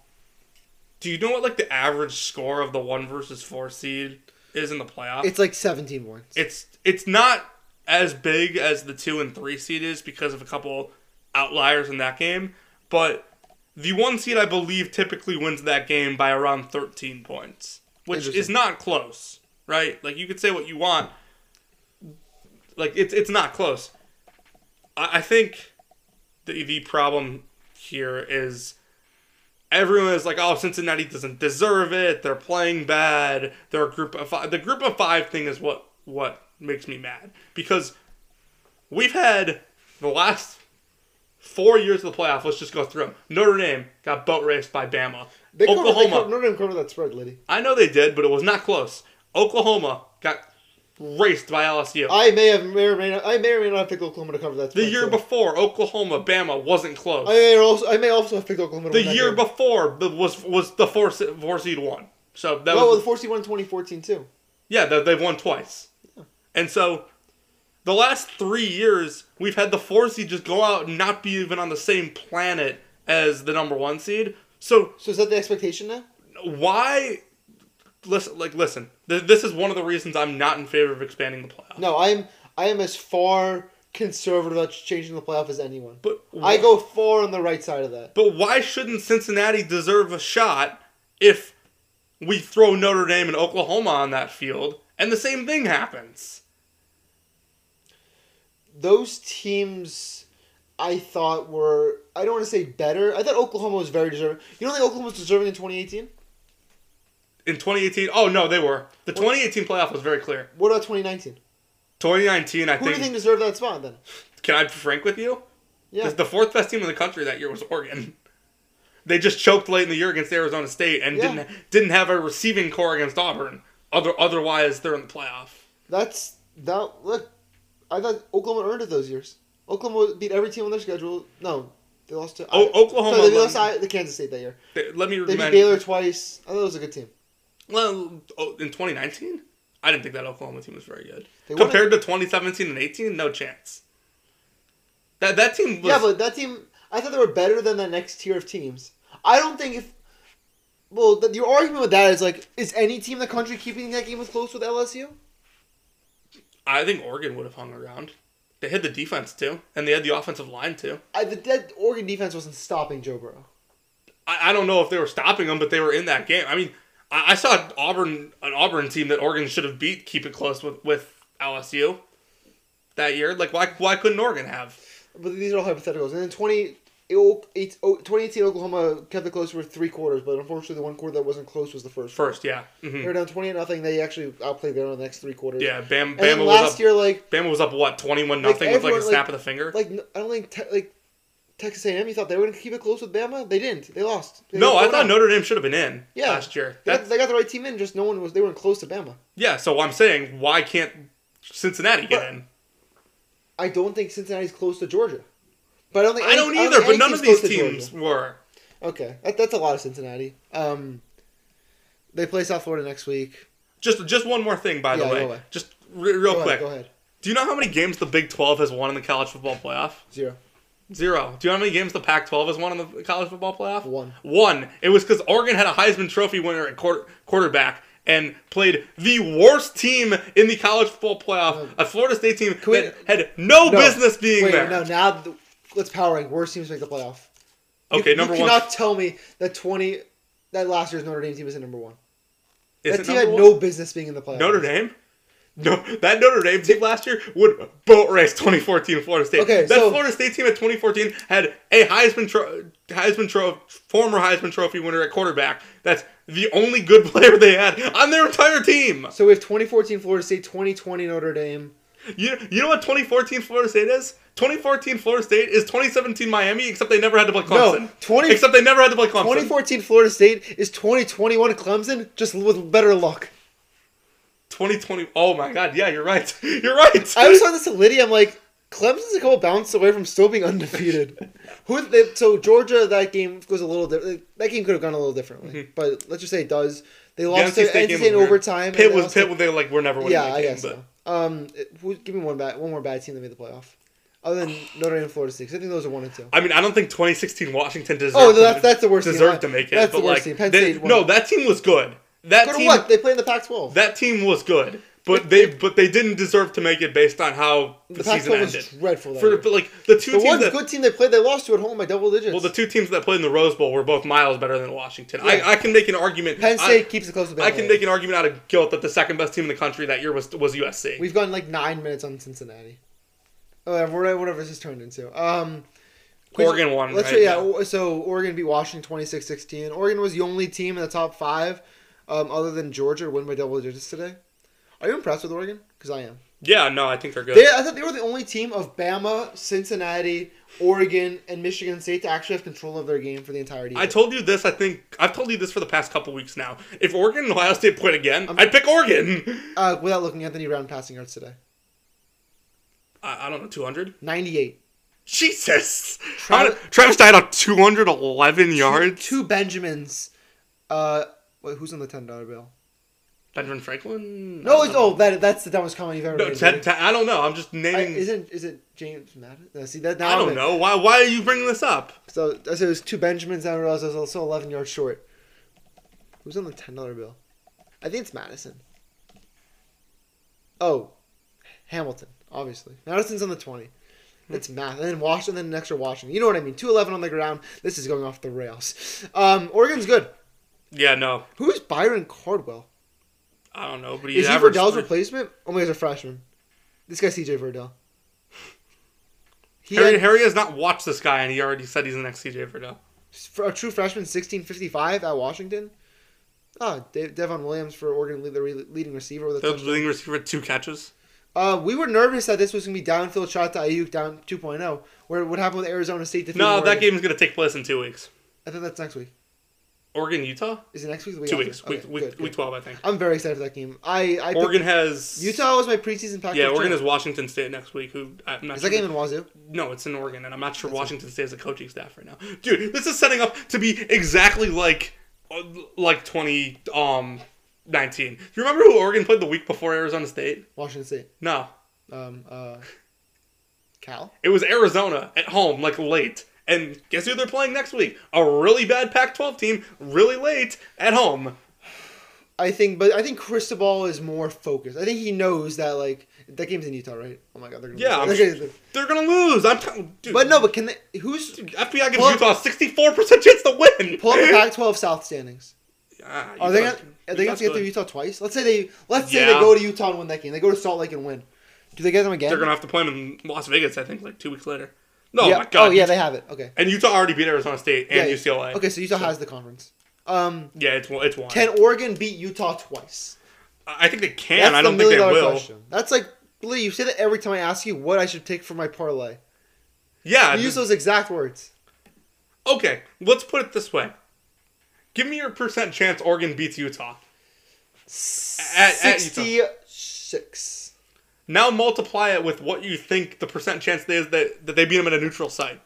Speaker 3: do you know what like the average score of the one versus four seed is in the playoffs?
Speaker 2: It's like 17 points.
Speaker 3: it's it's not as big as the two and three seed is because of a couple outliers in that game, but the one seed I believe typically wins that game by around thirteen points, which is
Speaker 2: Interesting.
Speaker 3: not close, right? Like you could say what you want, like it's it's not close. I, I think the the problem here is everyone is like, oh, Cincinnati doesn't deserve it. They're playing bad. They're a group of five. The group of five thing is what what makes me mad because we've had the last four years of the playoff. Let's just go through them. Notre Dame got boat raced by Bama.
Speaker 2: They covered,
Speaker 3: Oklahoma.
Speaker 2: They covered, Notre Dame covered that spread, Liddy.
Speaker 3: I know they did, but it was not close. Oklahoma got raced by LSU.
Speaker 2: I may have may or may not, I may or may not have picked Oklahoma to cover that.
Speaker 3: the
Speaker 2: Spread
Speaker 3: year
Speaker 2: too.
Speaker 3: before, Oklahoma, Bama wasn't close.
Speaker 2: I may also I may also have picked Oklahoma. To
Speaker 3: the
Speaker 2: win that
Speaker 3: year
Speaker 2: game.
Speaker 3: before the- was was the four se- four seed one. So that
Speaker 2: Well,
Speaker 3: was
Speaker 2: the 41 won in 2014 too.
Speaker 3: yeah, they, they've won twice. And so the last three years, we've had the four seed just go out and not be even on the same planet as the number one seed. So
Speaker 2: So is that the expectation now?
Speaker 3: why? Listen, like listen. Th- this is one of the reasons I'm not in favor of expanding the playoff.
Speaker 2: No, I'm I am as far conservative about changing the playoff as anyone.
Speaker 3: But
Speaker 2: I go far on the right side of that.
Speaker 3: But why shouldn't Cincinnati deserve a shot if we throw Notre Dame and Oklahoma on that field and the same thing happens?
Speaker 2: Those teams I thought were I don't want to say better. I thought Oklahoma was very deserving. You don't think Oklahoma was deserving in 2018?
Speaker 3: In 2018, oh no, they were. The 2018 playoff was very clear.
Speaker 2: What about 2019?
Speaker 3: 2019, I
Speaker 2: Who do you
Speaker 3: think.
Speaker 2: think deserved that spot then?
Speaker 3: Can I be frank with you?
Speaker 2: Yeah.
Speaker 3: 'Cause The fourth best team in the country that year was Oregon. They just choked late in the year against Arizona State and
Speaker 2: Yeah.
Speaker 3: didn't didn't have a receiving core against Auburn. Other otherwise, they're in the playoff.
Speaker 2: That's that. Look, I thought Oklahoma earned it those years. Oklahoma beat every team on their schedule. No, they lost to
Speaker 3: O- Oklahoma
Speaker 2: Sorry, they
Speaker 3: won.
Speaker 2: lost to, I- the Kansas State that year.
Speaker 3: They- Let me
Speaker 2: They beat
Speaker 3: remind.
Speaker 2: Baylor twice. I thought it was a good team.
Speaker 3: Well, oh, in 2019, I didn't think that Oklahoma team was very good.
Speaker 2: They won
Speaker 3: Compared to 2017 and 18, no chance. That that team was
Speaker 2: yeah, but that team. I thought they were better than the next tier of teams. I don't think if. Well, the, your argument with that is like, is any team in the country keeping that game as close with LSU?
Speaker 3: I think Oregon would have hung around. They had the defense too, and they had the offensive line too.
Speaker 2: I, the dead Oregon defense wasn't stopping Joe Burrow.
Speaker 3: I, I don't know if they were stopping them, but they were in that game. I mean, I, I saw Auburn, an Auburn team that Oregon should have beat, keep it close with with LSU that year. Like, why why couldn't Oregon have?
Speaker 2: But these are all hypotheticals. And then 20, oh, eight- oh, 2018 Oklahoma kept it close for three quarters, but unfortunately the one quarter that wasn't close was the first.
Speaker 3: First, yeah, hmm
Speaker 2: They were down 20 to nothing. They actually outplayed them in the next three quarters.
Speaker 3: yeah. Bam,
Speaker 2: And then
Speaker 3: Bama was
Speaker 2: last
Speaker 3: up.
Speaker 2: year, like,
Speaker 3: Bama was up what twenty one nothing with like a
Speaker 2: everyone, like-
Speaker 3: snap of the finger.
Speaker 2: like n- I don't think, te- like, Texas A&M, you thought they were going to keep it close with Bama? They didn't. They lost. They
Speaker 3: No,
Speaker 2: got
Speaker 3: I
Speaker 2: blown
Speaker 3: thought
Speaker 2: out.
Speaker 3: Notre Dame should have been in
Speaker 2: Yeah.
Speaker 3: last year.
Speaker 2: They got,
Speaker 3: That's-
Speaker 2: they got the right team in, just no one was, they weren't close to Bama.
Speaker 3: yeah, so I'm saying why can't Cincinnati get
Speaker 2: But-
Speaker 3: in?
Speaker 2: I don't think Cincinnati's close to Georgia. But I don't think
Speaker 3: I
Speaker 2: any-
Speaker 3: don't either,
Speaker 2: think any
Speaker 3: but none
Speaker 2: team's
Speaker 3: of these
Speaker 2: close to Georgia.
Speaker 3: teams were.
Speaker 2: Okay, that, that's a lot of Cincinnati. Um, they play South Florida next week.
Speaker 3: Just just one more thing, by
Speaker 2: Yeah,
Speaker 3: the way.
Speaker 2: go away.
Speaker 3: Just re- real
Speaker 2: Go
Speaker 3: quick.
Speaker 2: ahead, go ahead.
Speaker 3: Do you know how many games the Big 12 has won in the college football playoff?
Speaker 2: Zero.
Speaker 3: Zero. Do you know how many games the Pac 12 has won in the college football playoff?
Speaker 2: One.
Speaker 3: One. It was because Oregon had a Heisman Trophy winner at quarter- quarterback and played the worst team in the college football playoff, a Florida State team
Speaker 2: we-
Speaker 3: that had no,
Speaker 2: No.
Speaker 3: business being
Speaker 2: Wait,
Speaker 3: there.
Speaker 2: no. Now th- let's power rank worst teams to make the playoff. You-
Speaker 3: Okay, number
Speaker 2: you
Speaker 3: one.
Speaker 2: cannot tell me that twenty that last year's Notre Dame team isn't number one.
Speaker 3: Is
Speaker 2: that
Speaker 3: it
Speaker 2: team
Speaker 3: number
Speaker 2: had
Speaker 3: one?
Speaker 2: no business being in the playoff.
Speaker 3: Notre Dame? No, that Notre Dame team last year would boat race 2014 Florida State.
Speaker 2: Okay,
Speaker 3: that
Speaker 2: so-
Speaker 3: Florida State team at 2014 had a Heisman tro- Heisman tro- former Heisman Trophy winner at quarterback. That's the only good player they had on their entire team.
Speaker 2: So we have 2014 Florida State, 2020 Notre Dame.
Speaker 3: You, you know what 2014 Florida State is? 2014 Florida State is 2017 Miami, except they never had to play Clemson.
Speaker 2: 20
Speaker 3: except they never had to play Clemson.
Speaker 2: 2014 Florida State is 2021 Clemson, just with better luck.
Speaker 3: 2020. Oh my God! Yeah, you're right. You're right.
Speaker 2: I was on this to Liddy. I'm like, Clemson's a couple bounces away from still being undefeated. Who they, so Georgia that game goes a little different. That game could have gone a little differently, but let's just say it does. They
Speaker 3: Mm-hmm. The
Speaker 2: lost to
Speaker 3: game
Speaker 2: NC
Speaker 3: was
Speaker 2: State in
Speaker 3: weird.
Speaker 2: overtime. and
Speaker 3: Pitt
Speaker 2: they
Speaker 3: was
Speaker 2: lost
Speaker 3: Pitt
Speaker 2: to-
Speaker 3: when they were like we're never winning.
Speaker 2: yeah,
Speaker 3: that
Speaker 2: I
Speaker 3: game,
Speaker 2: guess.
Speaker 3: but
Speaker 2: so. Um, it- who- give me one bad one more bad team that made the playoff, other than Notre Dame and Florida State. 'cause I think those are one and two.
Speaker 3: I mean, I don't think 2016 Washington deserved.
Speaker 2: Oh,
Speaker 3: to-
Speaker 2: that's- that's the worst team.
Speaker 3: Deserved to make it.
Speaker 2: That's
Speaker 3: but
Speaker 2: the worst
Speaker 3: like,
Speaker 2: team. Penn
Speaker 3: they-
Speaker 2: State won.
Speaker 3: no, that team was good. That
Speaker 2: Go to
Speaker 3: team.
Speaker 2: what? They play in the Pac-12.
Speaker 3: That team was good, but they but they didn't deserve to make it based on how the,
Speaker 2: the
Speaker 3: season
Speaker 2: Pac-12 was
Speaker 3: ended.
Speaker 2: dreadful. That
Speaker 3: For
Speaker 2: year.
Speaker 3: but like the two
Speaker 2: The
Speaker 3: teams
Speaker 2: one
Speaker 3: that
Speaker 2: good team they played, they lost to at home by double digits.
Speaker 3: well the two teams that played in the Rose Bowl were both miles better than Washington.
Speaker 2: Yeah.
Speaker 3: I, I can make an argument.
Speaker 2: Penn
Speaker 3: I-
Speaker 2: State keeps it close to
Speaker 3: I, can make an argument out of guilt that the second best team in the country that year was was USC.
Speaker 2: We've gone like nine minutes on Cincinnati. Oh, Whatever, whatever this has turned into. Um,
Speaker 3: Oregon won,
Speaker 2: Let's
Speaker 3: right?
Speaker 2: say, yeah. o- So Oregon beat Washington 26-16. Oregon was the only team in the top five, um, other than Georgia, to win by double digits today. Are you impressed with Oregon? Because I am.
Speaker 3: yeah, no, I think they're good.
Speaker 2: They, I thought they were the only team of Bama, Cincinnati, Oregon, and Michigan State to actually have control of their game for the entirety. of
Speaker 3: I
Speaker 2: it.
Speaker 3: told you this. I think I've told you this for the past couple weeks now. If Oregon and Ohio State played again, I'd pick Oregon.
Speaker 2: uh, without looking at any round passing yards today.
Speaker 3: I, I don't know, two hundred.
Speaker 2: 98.
Speaker 3: Jesus,
Speaker 2: Travis-
Speaker 3: Travis, Travis died on two hundred eleven yards.
Speaker 2: Two Benjamins. Uh, wait, who's on the ten dollar bill?
Speaker 3: Benjamin Franklin.
Speaker 2: No, it's oh that that's the dumbest comment you've ever
Speaker 3: No,
Speaker 2: made.
Speaker 3: Ted, Ted- I don't know. I'm just
Speaker 2: I,
Speaker 3: naming.
Speaker 2: isn't is it James Madison? No, see that now
Speaker 3: I
Speaker 2: I'm
Speaker 3: don't
Speaker 2: in.
Speaker 3: know. Why? Why are you bringing this up?
Speaker 2: So I said it was two Benjamins. and I realized I was also eleven yards short. Who's on the ten dollar bill? I think it's Madison. Oh, Hamilton, obviously. Madison's on the twenty.
Speaker 3: Hmm.
Speaker 2: It's math, and then Washington, then an extra Washington. You know what I mean? Two eleven on the ground. This is going off the rails. Um, Oregon's good.
Speaker 3: Yeah, no,
Speaker 2: Who is Byron Cardwell?
Speaker 3: I don't know. But he
Speaker 2: Is he
Speaker 3: averaged.
Speaker 2: Verdell's
Speaker 3: three-
Speaker 2: replacement? Oh my, he's a freshman. This guy's CJ Verdell. He
Speaker 3: Harry,
Speaker 2: had
Speaker 3: Harry has not watched this guy, and he already said he's the next CJ Verdell.
Speaker 2: for a true freshman, sixteen fifty five at Washington. Oh, De- Devon Williams for Oregon, lead, the re- leading receiver with a
Speaker 3: The
Speaker 2: touchdown.
Speaker 3: leading receiver, two catches.
Speaker 2: Uh, we were nervous that this was going to be downfield shot to Ayuk down 2.0, where what happened with Arizona State defeating
Speaker 3: No, that
Speaker 2: Oregon.
Speaker 3: game is gonna take place in two weeks.
Speaker 2: I think that's next week.
Speaker 3: Oregon, Utah,
Speaker 2: Is it next week? or the week
Speaker 3: two
Speaker 2: after?
Speaker 3: weeks.
Speaker 2: Okay,
Speaker 3: Week, week,
Speaker 2: good,
Speaker 3: week
Speaker 2: good.
Speaker 3: twelve, I think.
Speaker 2: I'm very excited for that game. I, I
Speaker 3: Oregon
Speaker 2: picked-
Speaker 3: has
Speaker 2: Utah was my preseason pack.
Speaker 3: Yeah, Oregon is Washington State next week. Who I'm not
Speaker 2: Is
Speaker 3: sure.
Speaker 2: that game in Wazoo?
Speaker 3: no, it's in Oregon, and I'm not sure Washington State has a coaching staff right now. Dude, this is setting up to be exactly like uh, like 20 um 19. You remember who Oregon played the week before Arizona State?
Speaker 2: Washington State.
Speaker 3: No,
Speaker 2: Um, uh, Cal.
Speaker 3: it was Arizona at home, like late. And guess who they're playing next week? A really bad Pac-12 team, really late at home.
Speaker 2: I think, but I think Cristobal is more focused. I think he knows that like that game's in Utah, right? Oh my god, they're gonna
Speaker 3: Yeah, I'm
Speaker 2: They're
Speaker 3: sure-
Speaker 2: gonna-
Speaker 3: They're gonna lose. I'm t- dude.
Speaker 2: but no, but can they? Who's
Speaker 3: FBI gives
Speaker 2: Pull up-
Speaker 3: Utah a 64% chance to win.
Speaker 2: pull up the Pac-12 South standings?
Speaker 3: Ah,
Speaker 2: Are they
Speaker 3: Utah's-
Speaker 2: gonna are they gonna have
Speaker 3: Utah's
Speaker 2: to get
Speaker 3: good.
Speaker 2: through Utah twice? Let's say they let's say they
Speaker 3: Yeah.
Speaker 2: go to Utah and win that game. They go to Salt Lake and win. Do they get them again?
Speaker 3: They're gonna have to play them in Las Vegas, I think, like two weeks later. No,
Speaker 2: yeah.
Speaker 3: my God.
Speaker 2: Oh yeah, they have it. Okay.
Speaker 3: and Utah already beat Arizona State and
Speaker 2: Yeah, yeah.
Speaker 3: UCLA.
Speaker 2: Okay, so Utah has the conference. Um,
Speaker 3: Yeah, it's one- it's one.
Speaker 2: can Oregon beat Utah twice?
Speaker 3: I think they can.
Speaker 2: That's
Speaker 3: I don't
Speaker 2: the
Speaker 3: think
Speaker 2: million
Speaker 3: they
Speaker 2: dollar
Speaker 3: will.
Speaker 2: question. That's like Lee. You say that every time I ask you what I should take for my parlay.
Speaker 3: Yeah.
Speaker 2: You use
Speaker 3: th-
Speaker 2: those exact words.
Speaker 3: okay, let's put it this way. Give me your percent chance Oregon beats Utah. At- at Utah.
Speaker 2: Sixty-six.
Speaker 3: Now multiply it with what you think the percent chance is that, that they beat them at a neutral site.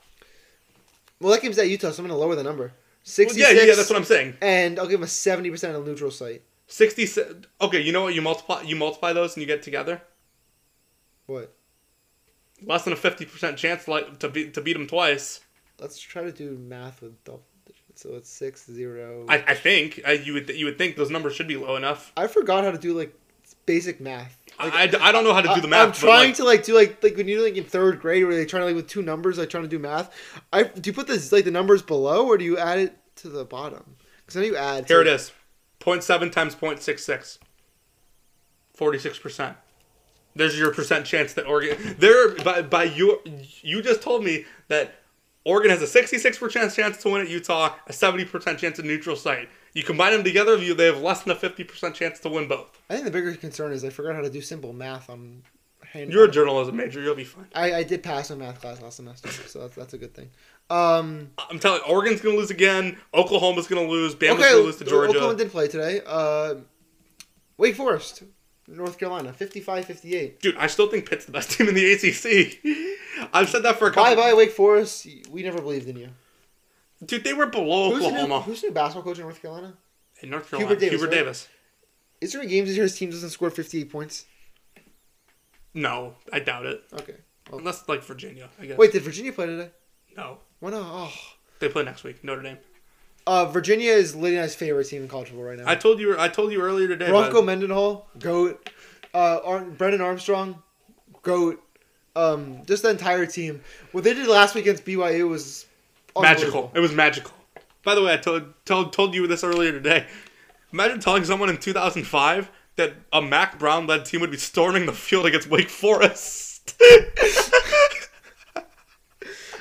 Speaker 2: Well, that game's at Utah, so I'm gonna lower the number.
Speaker 3: Well,
Speaker 2: Sixty-six.
Speaker 3: yeah, yeah, that's what I'm saying.
Speaker 2: And I'll give him a seventy percent on neutral site.
Speaker 3: Sixty. se- Okay, you know what? You multiply you multiply those and you get together.
Speaker 2: What?
Speaker 3: Less than a fifty percent chance like to beat to beat them twice.
Speaker 2: Let's try to do math with double digits. So it's six zero.
Speaker 3: I, I think uh, you would you would think those numbers should be low enough.
Speaker 2: I forgot how to do like basic math. Like,
Speaker 3: I, I, I don't know how to do the
Speaker 2: I-
Speaker 3: math.
Speaker 2: I'm trying
Speaker 3: but, like,
Speaker 2: to like do like like when you're like in third grade where they try to like with two numbers like trying to do math. I do you put this like the numbers below or do you add it to the bottom? Because then you add.
Speaker 3: Here
Speaker 2: to-
Speaker 3: it is. 0.7 times 0.66. 46%. There's your percent chance that Oregon there by by you you just told me that Oregon has a 66% chance to win at Utah, a 70% chance at neutral site. You combine them together, you they have less than a 50% chance to win both.
Speaker 2: I think the bigger concern is I forgot how to do simple math on. Hand
Speaker 3: You're a journalism major, you'll be fine.
Speaker 2: I, I did pass my math class last semester, so that's, that's a good thing. Um,
Speaker 3: I'm telling you, Oregon's going to lose again, Oklahoma's going to lose, Bama's
Speaker 2: okay,
Speaker 3: going to lose to Georgia.
Speaker 2: Oklahoma did play today. Uh, Wake Forest, North Carolina, 55-58.
Speaker 3: Dude, I still think Pitt's the best team in the ACC. I've said that for a
Speaker 2: Bye
Speaker 3: couple.
Speaker 2: bye, Wake Forest. We never believed in you.
Speaker 3: Dude, they were below
Speaker 2: Who's the, new,
Speaker 3: Oklahoma.
Speaker 2: who's the new basketball coach in North Carolina?
Speaker 3: in North Carolina.
Speaker 2: Hubert
Speaker 3: Hubert
Speaker 2: Davis,
Speaker 3: Davis.
Speaker 2: right? Is there any games this year his team doesn't score 58 points?
Speaker 3: No, I doubt it.
Speaker 2: Okay.
Speaker 3: Unless like Virginia, I guess.
Speaker 2: Wait, did Virginia play today?
Speaker 3: No,
Speaker 2: Why not? Oh.
Speaker 3: they play next week. Notre Dame.
Speaker 2: Uh, Virginia is Lydia and I's favorite team in college football right now.
Speaker 3: I told you. I told you earlier today. about-
Speaker 2: Bronco Mendenhall, goat. Uh, Ar- Brendan Armstrong, goat. Um, just the entire team. What they did last week against BYU was
Speaker 3: magical.
Speaker 2: unbelievable.
Speaker 3: It was magical. By the way, I told told told you this earlier today. Imagine telling someone in 2005 that a Mac Brown led team would be storming the field against Wake Forest.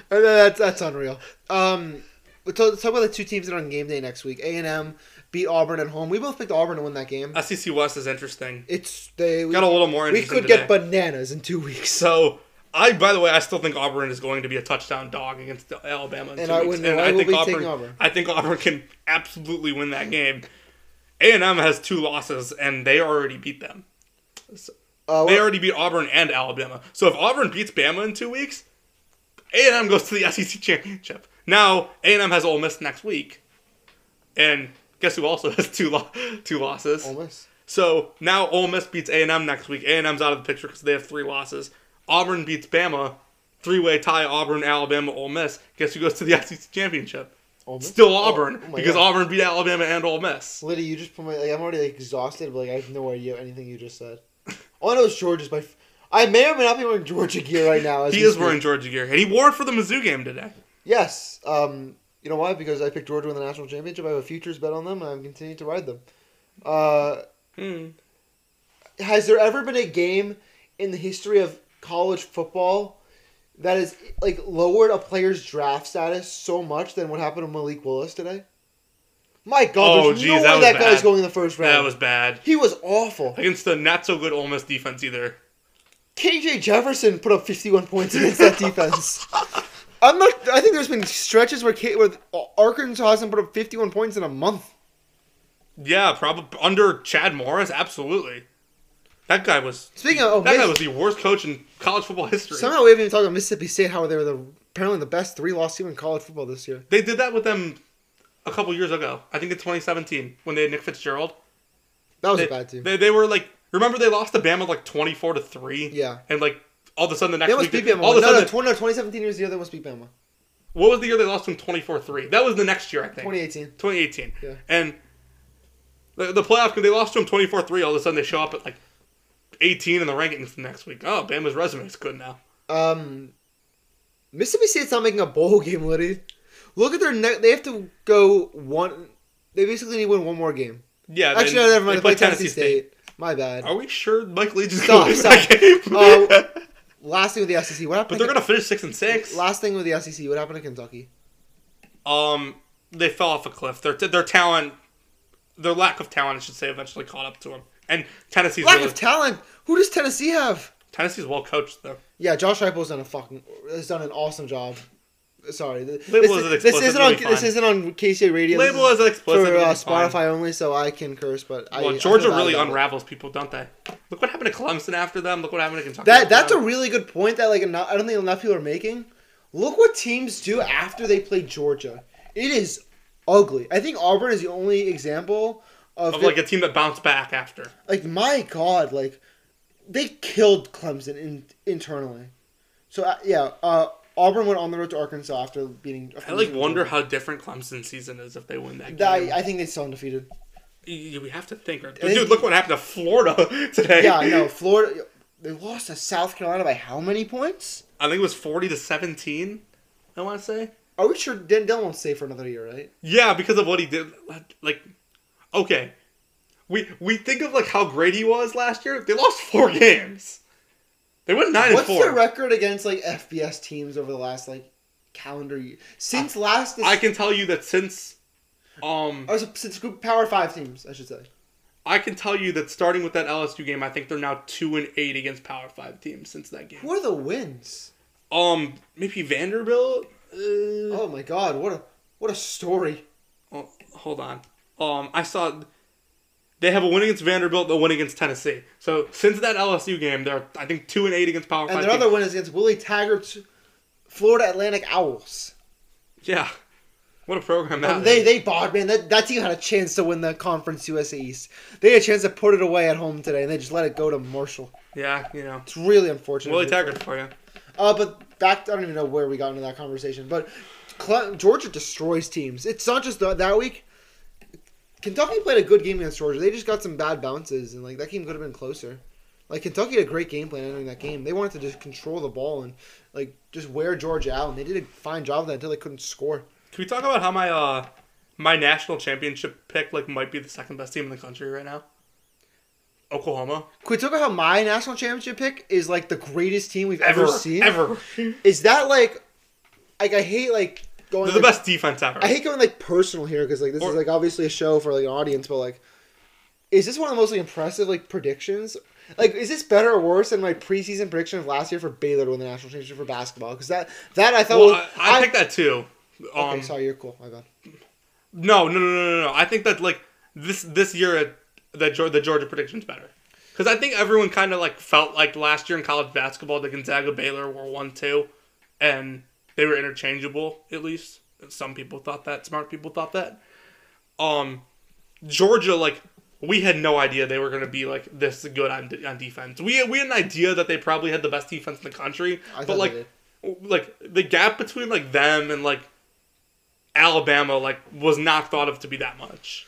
Speaker 2: Uh, That's that's unreal. Um, but t- let's talk about the two teams that are on game day next week. A and M beat Auburn at home. We both picked Auburn to win that game.
Speaker 3: SEC E West is interesting.
Speaker 2: It's they we,
Speaker 3: Got a little more
Speaker 2: we
Speaker 3: interesting
Speaker 2: could
Speaker 3: today.
Speaker 2: get bananas in two weeks.
Speaker 3: so I, by the way, I still think Auburn is going to be a touchdown dog against Alabama. In
Speaker 2: And
Speaker 3: two
Speaker 2: I
Speaker 3: weeks.
Speaker 2: would- I will be taking Auburn.
Speaker 3: I think Auburn can absolutely win that game. A and M has two losses, and they already beat them.
Speaker 2: Uh,
Speaker 3: They
Speaker 2: well,
Speaker 3: already beat Auburn and Alabama. So if Auburn beats Bama in two weeks, A&M goes to the SEC championship. Now A&M has Ole Miss next week, and guess who also has two lo- two losses?
Speaker 2: Ole Miss.
Speaker 3: So now Ole Miss beats A&M next week. A&M's out of the picture because they have three losses. Auburn beats Bama, three way tie. Auburn, Alabama, Ole Miss. Guess who goes to the SEC championship?
Speaker 2: Ole Miss?
Speaker 3: Still
Speaker 2: Oh,
Speaker 3: Auburn
Speaker 2: oh my
Speaker 3: because
Speaker 2: God.
Speaker 3: Auburn beat Alabama and Ole Miss.
Speaker 2: Liddy, you just put my. Like, I'm already like, exhausted, but like I have no idea anything you just said. All I know is George is my. F- I may or may not be wearing Georgia gear right now. As
Speaker 3: He
Speaker 2: we
Speaker 3: is
Speaker 2: speak.
Speaker 3: wearing Georgia gear, and he wore it for the Mizzou game today.
Speaker 2: Yes. Um. You know why? Because I picked Georgia in the national championship. I have a futures bet on them, and I'm continuing to ride them. Uh,
Speaker 3: Hmm.
Speaker 2: has there ever been a game in the history of college football that has like lowered a player's draft status so much than what happened to Malik Willis today? My God,
Speaker 3: Oh,
Speaker 2: there's
Speaker 3: geez,
Speaker 2: no
Speaker 3: that
Speaker 2: way
Speaker 3: was
Speaker 2: that guy's
Speaker 3: bad.
Speaker 2: going in the first round.
Speaker 3: That was bad.
Speaker 2: he was awful.
Speaker 3: against the not so good Ole Miss defense either.
Speaker 2: KJ Jefferson put up 51 points against that defense. I'm not. I think there's been stretches where K, where Arkansas hasn't put up 51 points in a month.
Speaker 3: Yeah, probably under Chad Morris, absolutely. That guy was
Speaker 2: Speaking of, oh,
Speaker 3: that guy
Speaker 2: Miss-
Speaker 3: was the worst coach in college football history.
Speaker 2: somehow we haven't even talked about Mississippi State. How they were the apparently the best three loss team in college football this year.
Speaker 3: they did that with them a couple years ago. I think in 2017 when they had Nick Fitzgerald.
Speaker 2: That was
Speaker 3: They,
Speaker 2: a bad team. They,
Speaker 3: They, they were like remember they lost to Bama like 24 to three.
Speaker 2: Yeah.
Speaker 3: and like all of a sudden the next
Speaker 2: almost
Speaker 3: week
Speaker 2: beat Bama.
Speaker 3: all of a
Speaker 2: no, no,
Speaker 3: sudden
Speaker 2: 20, no, 2017 was the year they almost beat Bama.
Speaker 3: what was the year they lost to them 24 three? That was the next year I think.
Speaker 2: 2018.
Speaker 3: 2018.
Speaker 2: Yeah.
Speaker 3: And the, the playoff game, they lost to him 24 3. All of a sudden, they show up at like 18 in the rankings the next week. Oh, Bama's resume is good now.
Speaker 2: Um, Mississippi State's not making a bowl game, Liddy. Look at their neck. They have to go one. They basically need to win one more game.
Speaker 3: Yeah,
Speaker 2: Actually,
Speaker 3: they,
Speaker 2: no, never mind.
Speaker 3: They play Tennessee State.
Speaker 2: My bad.
Speaker 3: Are we sure Mike Leach is
Speaker 2: Stop,
Speaker 3: going to win
Speaker 2: stop.
Speaker 3: that
Speaker 2: Uh,
Speaker 3: game?
Speaker 2: Last thing with the SEC. What
Speaker 3: but
Speaker 2: happened?
Speaker 3: they're going to finish 6 and 6.
Speaker 2: Last thing with the SEC. What happened to Kentucky?
Speaker 3: Um, They fell off a cliff. Their, their talent, their lack of talent, I should say, eventually caught up to them. And Tennessee's,
Speaker 2: Lack
Speaker 3: really-
Speaker 2: of talent. Who does Tennessee have?
Speaker 3: Tennessee's well coached, though.
Speaker 2: Yeah, Josh Heupel's done a fucking has done an awesome job. Sorry, th- this,
Speaker 3: Label isn't
Speaker 2: this
Speaker 3: explicit,
Speaker 2: isn't on
Speaker 3: it'll be
Speaker 2: this
Speaker 3: fine.
Speaker 2: isn't on KCA Radio. This
Speaker 3: Label
Speaker 2: is
Speaker 3: as an explicit.
Speaker 2: for
Speaker 3: it'll
Speaker 2: uh,
Speaker 3: be fine.
Speaker 2: Spotify only, so I can curse. But I, I
Speaker 3: Well,
Speaker 2: feel
Speaker 3: Georgia
Speaker 2: bad
Speaker 3: really
Speaker 2: about it.
Speaker 3: unravels people, don't they? Look what happened to Clemson after them. Look what happened to Kentucky.
Speaker 2: That
Speaker 3: after
Speaker 2: that's a
Speaker 3: them.
Speaker 2: really good point that like not, I don't think enough people are making. Look what teams do after they play Georgia. It is ugly. I think Auburn is the only example of,
Speaker 3: of like a team that bounced back after.
Speaker 2: like my god like they killed clemson in, internally so uh, yeah uh, auburn went on the road to arkansas after beating
Speaker 3: I like wonder how different Clemson season is if they win that
Speaker 2: That-
Speaker 3: game.
Speaker 2: I, I think they still undefeated
Speaker 3: You- we have to think. Or,
Speaker 2: think-
Speaker 3: dude, look what happened to Florida today.
Speaker 2: yeah i know florida they lost to south carolina by how many points
Speaker 3: I think it was forty to seventeen. I want to say.
Speaker 2: are we sure Dan Dillon won't stay for another year, right?
Speaker 3: Yeah, because of what he did. Like, okay, we we think of like how great he was last year. They lost four games. They went nine
Speaker 2: What's
Speaker 3: and four.
Speaker 2: their record against like FBS teams over the last like calendar year? Since last,
Speaker 3: I can tell you that since, um,
Speaker 2: or since group Power Five teams, I should say.
Speaker 3: I can tell you that starting with that LSU game, I think they're now two and eight against Power Five teams since that game.
Speaker 2: Who are the wins?
Speaker 3: Um, maybe Vanderbilt. Uh,
Speaker 2: Oh my God, what a what a story!
Speaker 3: oh, hold on. Um, I saw They have a win against Vanderbilt, a win against Tennessee. So since that LSU game, they're I think two and eight against Power
Speaker 2: And
Speaker 3: Five.
Speaker 2: their other
Speaker 3: teams.
Speaker 2: win is against Willie Taggart's Florida Atlantic Owls.
Speaker 3: yeah, what a program that
Speaker 2: And Um, they
Speaker 3: is.
Speaker 2: they bought man. That that team had a chance to win the conference USA East. They had a chance to put it away at home today, and they just let it go to Marshall.
Speaker 3: Yeah, you know,
Speaker 2: It's really unfortunate.
Speaker 3: Willie Taggart for you.
Speaker 2: Uh, but back, I don't even know where we got into that conversation. But Cle- Georgia destroys teams. It's not just th- that week. Kentucky played a good game against Georgia. They just got some bad bounces, and like that game could have been closer. Like Kentucky had a great game plan entering that game. They wanted to just control the ball and like just wear Georgia out, and they did a fine job of that until they couldn't score.
Speaker 3: Can we talk about how my uh my national championship pick like might be the second best team in the country right now? Oklahoma
Speaker 2: Can we talk about how my national championship pick is like the greatest team we've ever,
Speaker 3: ever
Speaker 2: seen?
Speaker 3: ever.
Speaker 2: Is that like, like I hate like going
Speaker 3: They're the
Speaker 2: like,
Speaker 3: best defense ever.
Speaker 2: I hate going like personal here because like this
Speaker 3: Or-
Speaker 2: is like obviously a show for like an audience, but like, is this one of the most like, impressive like predictions? Like, is this better or worse than my preseason prediction of last year for Baylor to win the national championship for basketball? Because that that I thought
Speaker 3: well,
Speaker 2: was,
Speaker 3: I, I, picked that too. Um,
Speaker 2: okay, sorry, you're cool. My bad.
Speaker 3: No, no, no, no, no, no. I think that like this this year uh, that Geor- the Georgia prediction's better because I think everyone kind of like felt like last year in college basketball the Gonzaga Baylor were one two, and they were interchangeable at least. Some people thought that. Smart people thought that. Um, Georgia like we had no idea they were going to be like this good on, de- on defense. We we had an idea that they probably had the best defense in the country,
Speaker 2: I thought
Speaker 3: but
Speaker 2: they
Speaker 3: like
Speaker 2: did.
Speaker 3: like the gap between like them and like Alabama like was not thought of to be that much.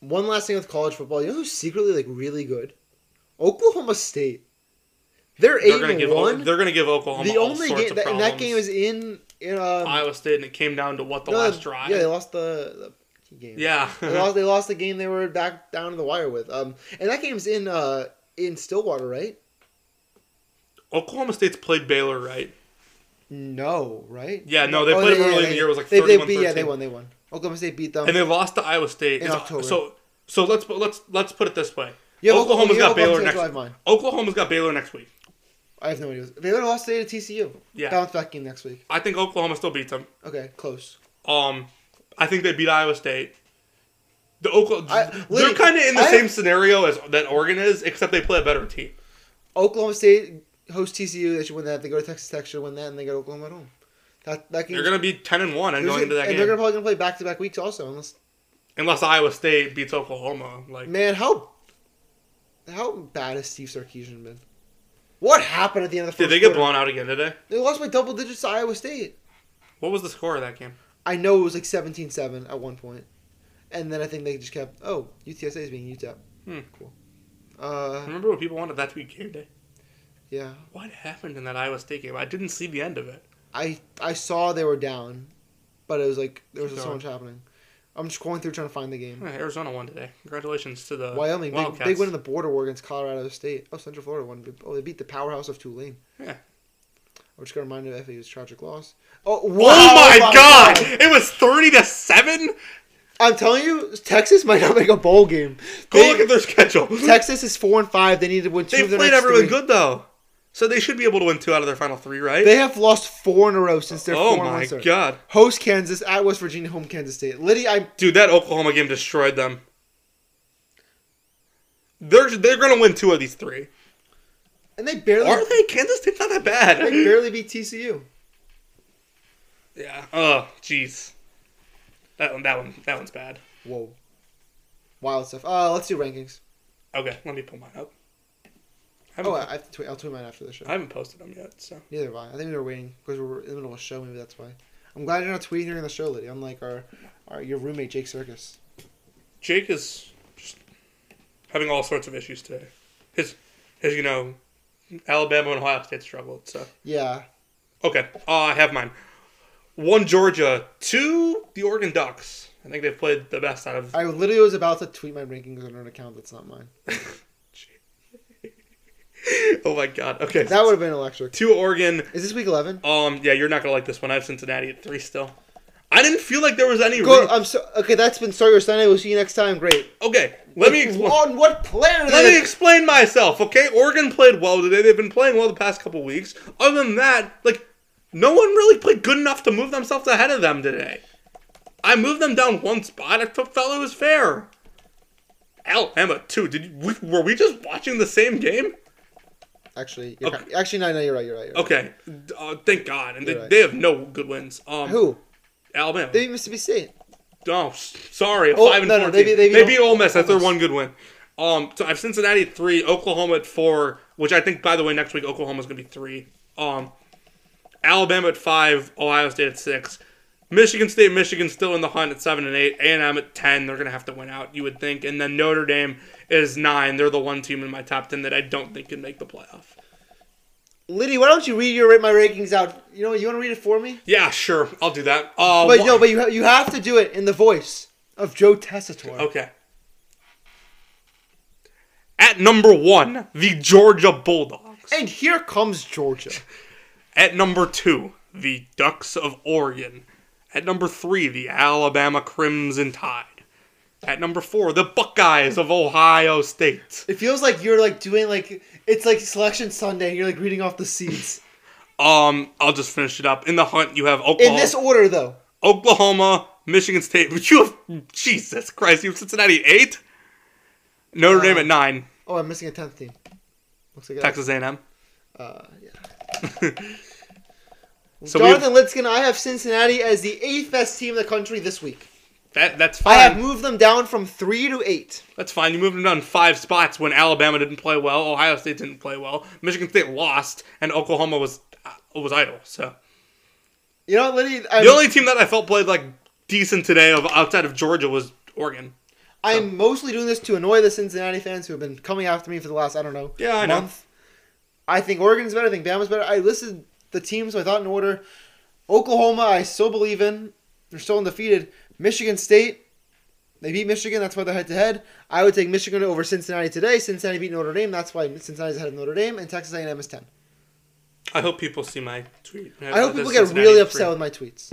Speaker 2: One last thing with college football, you know who's secretly like really good? Oklahoma State. They're
Speaker 3: They're
Speaker 2: eight
Speaker 3: gonna
Speaker 2: and
Speaker 3: give
Speaker 2: one.
Speaker 3: they're gonna give Oklahoma
Speaker 2: the
Speaker 3: all
Speaker 2: only
Speaker 3: sorts
Speaker 2: game
Speaker 3: of
Speaker 2: that, and
Speaker 3: problems.
Speaker 2: that game is in in um,
Speaker 3: Iowa State, and it came down to what the
Speaker 2: no,
Speaker 3: last drive.
Speaker 2: Yeah, they lost the, the game.
Speaker 3: Yeah.
Speaker 2: they lost. They lost the game. They were back down to the wire with. Um, and that game's in uh in Stillwater, right?
Speaker 3: Oklahoma State's played Baylor right.
Speaker 2: No, right?
Speaker 3: Yeah, no,
Speaker 2: Oh,
Speaker 3: they played them early in the year. It was like
Speaker 2: they, they
Speaker 3: 31
Speaker 2: beat. Yeah, they won. They won. Oklahoma State beat them.
Speaker 3: and they lost to Iowa State
Speaker 2: In
Speaker 3: It's-
Speaker 2: October.
Speaker 3: So so let's let's let's put it this way.
Speaker 2: You have
Speaker 3: Oklahoma's
Speaker 2: Oklahoma-
Speaker 3: got
Speaker 2: you have
Speaker 3: Baylor
Speaker 2: Oklahoma State live
Speaker 3: next.
Speaker 2: mine.
Speaker 3: Oklahoma's got Baylor next week.
Speaker 2: I have no idea. They lost today to TCU.
Speaker 3: Yeah.
Speaker 2: bounce back game next week.
Speaker 3: I think Oklahoma still beats them.
Speaker 2: Okay, close.
Speaker 3: Um, I think they beat Iowa State. The Oklahoma,
Speaker 2: I-
Speaker 3: they're
Speaker 2: literally,
Speaker 3: kind of in the
Speaker 2: I-
Speaker 3: same scenario as that Oregon is, except they play a better team.
Speaker 2: Oklahoma State hosts TCU. They should win that. They go to Texas Tech. Should win that, and they go to Oklahoma at home. That that game.
Speaker 3: They're gonna be ten and one and going into that
Speaker 2: and
Speaker 3: game,
Speaker 2: they're gonna probably gonna play back to back weeks also, unless
Speaker 3: unless Iowa State beats Oklahoma. Like
Speaker 2: Man, how how bad has Steve Sarkeesian been? What happened at the end of the first?
Speaker 3: did they get
Speaker 2: quarter?
Speaker 3: blown out again today?
Speaker 2: They lost by double digits to Iowa State.
Speaker 3: What was the score of that game?
Speaker 2: I know it was like 17-7 at one point, and then I think they just kept. Oh, UTSA is being UTEP.
Speaker 3: Hmm.
Speaker 2: Cool. Uh,
Speaker 3: Remember when people wanted that to be game day?
Speaker 2: yeah.
Speaker 3: What happened in that Iowa State game? I didn't see the end of it.
Speaker 2: I I saw they were down, but it was like there was
Speaker 3: Keep
Speaker 2: so
Speaker 3: going.
Speaker 2: much happening. I'm just going through trying to find the game.
Speaker 3: Eh, Arizona won today. Congratulations to the
Speaker 2: Wyoming, big,
Speaker 3: Uh, Wildcats.
Speaker 2: big win in the border war against Colorado State. Oh, Central Florida won. Oh, they beat the powerhouse of Tulane.
Speaker 3: Yeah.
Speaker 2: I'm just gonna remind you of FAU's tragic loss. Oh, wow,
Speaker 3: oh my, god! It was thirty to seven.
Speaker 2: I'm telling you, Texas might not make a bowl game.
Speaker 3: Go
Speaker 2: They-
Speaker 3: look at their schedule.
Speaker 2: Texas is four and five. They need to win two.
Speaker 3: They've
Speaker 2: of their
Speaker 3: played
Speaker 2: next
Speaker 3: everyone
Speaker 2: three.
Speaker 3: good though, so they should be able to win two out of their final three, right?
Speaker 2: They have lost four in a row since their
Speaker 3: oh
Speaker 2: four and
Speaker 3: my
Speaker 2: one start.
Speaker 3: god,
Speaker 2: Host Kansas at West Virginia, home Kansas State. Liddy, I
Speaker 3: dude, that Oklahoma game destroyed them. They're they're gonna win two of these three.
Speaker 2: and they barely
Speaker 3: Are they? Kansas State's not that bad.
Speaker 2: they barely beat TCU.
Speaker 3: yeah. Oh, jeez. That one, that one, that one's bad.
Speaker 2: Whoa, wild stuff. Uh, let's do rankings.
Speaker 3: Okay, let me pull mine up. I haven't,
Speaker 2: Oh,
Speaker 3: I,
Speaker 2: I I have to tweet. I'll tweet mine after the show.
Speaker 3: haven't posted them yet, so
Speaker 2: Neither have I. I think we were waiting because we were in the middle of a show. Maybe that's why. I'm glad you're not tweeting during the show, Liddy. Unlike our, our your roommate Jake Circus.
Speaker 3: Jake is just having all sorts of issues today. His, his, you know, Alabama and Ohio State struggled. So
Speaker 2: Yeah,
Speaker 3: Okay, uh, I have mine. One Georgia, two the Oregon Ducks. I think they've played the best out of.
Speaker 2: I literally was about to tweet my rankings on an account that's not mine.
Speaker 3: Oh my god. Okay,
Speaker 2: That would have been electric.
Speaker 3: two Oregon.
Speaker 2: Is this week eleven?
Speaker 3: Um, yeah, you're not gonna like this one. I have Cincinnati at three still. I didn't feel like there was any.
Speaker 2: Go.
Speaker 3: Re-
Speaker 2: I'm so okay. That's been start your Sunday. We'll see you next time. Great.
Speaker 3: okay, let
Speaker 2: uh,
Speaker 3: me explain.
Speaker 2: on what player?
Speaker 3: Let me explain myself, okay? Oregon played well today. They've been playing well the past couple weeks. Other than that, like, no one really played good enough to move themselves ahead of them today. I moved them down one spot. I felt it was fair. Alabama too. Did you, we, were we just watching the same game?
Speaker 2: Actually, you're
Speaker 3: Okay.
Speaker 2: ki- actually, no, no, you're right. You're right. You're right.
Speaker 3: Okay, uh, thank God. And they,
Speaker 2: You're right.
Speaker 3: they have no good wins. Um,
Speaker 2: Who?
Speaker 3: Alabama.
Speaker 2: They beat Mississippi State.
Speaker 3: Oh, s- sorry. a
Speaker 2: Oh,
Speaker 3: five and
Speaker 2: no, no,
Speaker 3: fourteen.
Speaker 2: they beat- they beat
Speaker 3: Maybe
Speaker 2: Ole-
Speaker 3: Ole Miss. That's their
Speaker 2: Ole Miss.
Speaker 3: one good win. Um, so I have Cincinnati at three, Oklahoma at four, which I think, by the way, next week Oklahoma's gonna be three. Um, Alabama at five, Ohio State at six, Michigan State, Michigan still in the hunt at seven and eight, A and M at ten. They're gonna have to win out, you would think, and then Notre Dame is nine. They're the one team in my top ten that I don't think can make the playoff.
Speaker 2: Liddy, why don't you read your my rankings out? You know, what, you want to read it for me?
Speaker 3: Yeah, sure, I'll do that. Uh,
Speaker 2: But
Speaker 3: wha-
Speaker 2: no, but you ha- you have to do it in the voice of Joe Tessitore.
Speaker 3: Okay. At number one, the Georgia Bulldogs.
Speaker 2: And here comes Georgia.
Speaker 3: At number two, the Ducks of Oregon. At number three, the Alabama Crimson Tide. At number four, the Buckeyes of Ohio State.
Speaker 2: It feels like you're like doing like it's like selection Sunday. and You're like reading off the seeds
Speaker 3: Um, I'll just finish it up. In the hunt, you have Oklahoma,
Speaker 2: in this order though.
Speaker 3: Oklahoma, Michigan State. But you have Jesus Christ, you have Cincinnati at eight, Notre Dame at nine,
Speaker 2: Oh, I'm missing a tenth team. Looks like I-
Speaker 3: Texas A&M.
Speaker 2: Uh, yeah.
Speaker 3: So we have-
Speaker 2: Jonathan Litzkin, I have Cincinnati as the eighth best team in the country this week.
Speaker 3: that, that's
Speaker 2: I
Speaker 3: fine.
Speaker 2: have moved them down from three to eight.
Speaker 3: That's fine. You moved them down five spots when Alabama didn't play well, Ohio State didn't play well, Michigan State lost, and Oklahoma was uh, was idle. So
Speaker 2: You know, Liddy,
Speaker 3: the
Speaker 2: I'm,
Speaker 3: only team that I felt played like decent today, of outside of Georgia, was Oregon.
Speaker 2: I'm mostly doing this to annoy the Cincinnati fans who have been coming after me for the last I don't know
Speaker 3: Yeah, I know.
Speaker 2: month. I think Oregon's better. I think Bama's better. I listed the teams I thought in order. Oklahoma, I still believe in. They're still undefeated. Michigan State, they beat Michigan. That's why they're head to head. I would take Michigan over Cincinnati today. Cincinnati beat Notre Dame. That's why Cincinnati's ahead of Notre Dame. And Texas A&M is ten.
Speaker 3: I hope people see my tweet.
Speaker 2: I hope people get really upset with my tweets.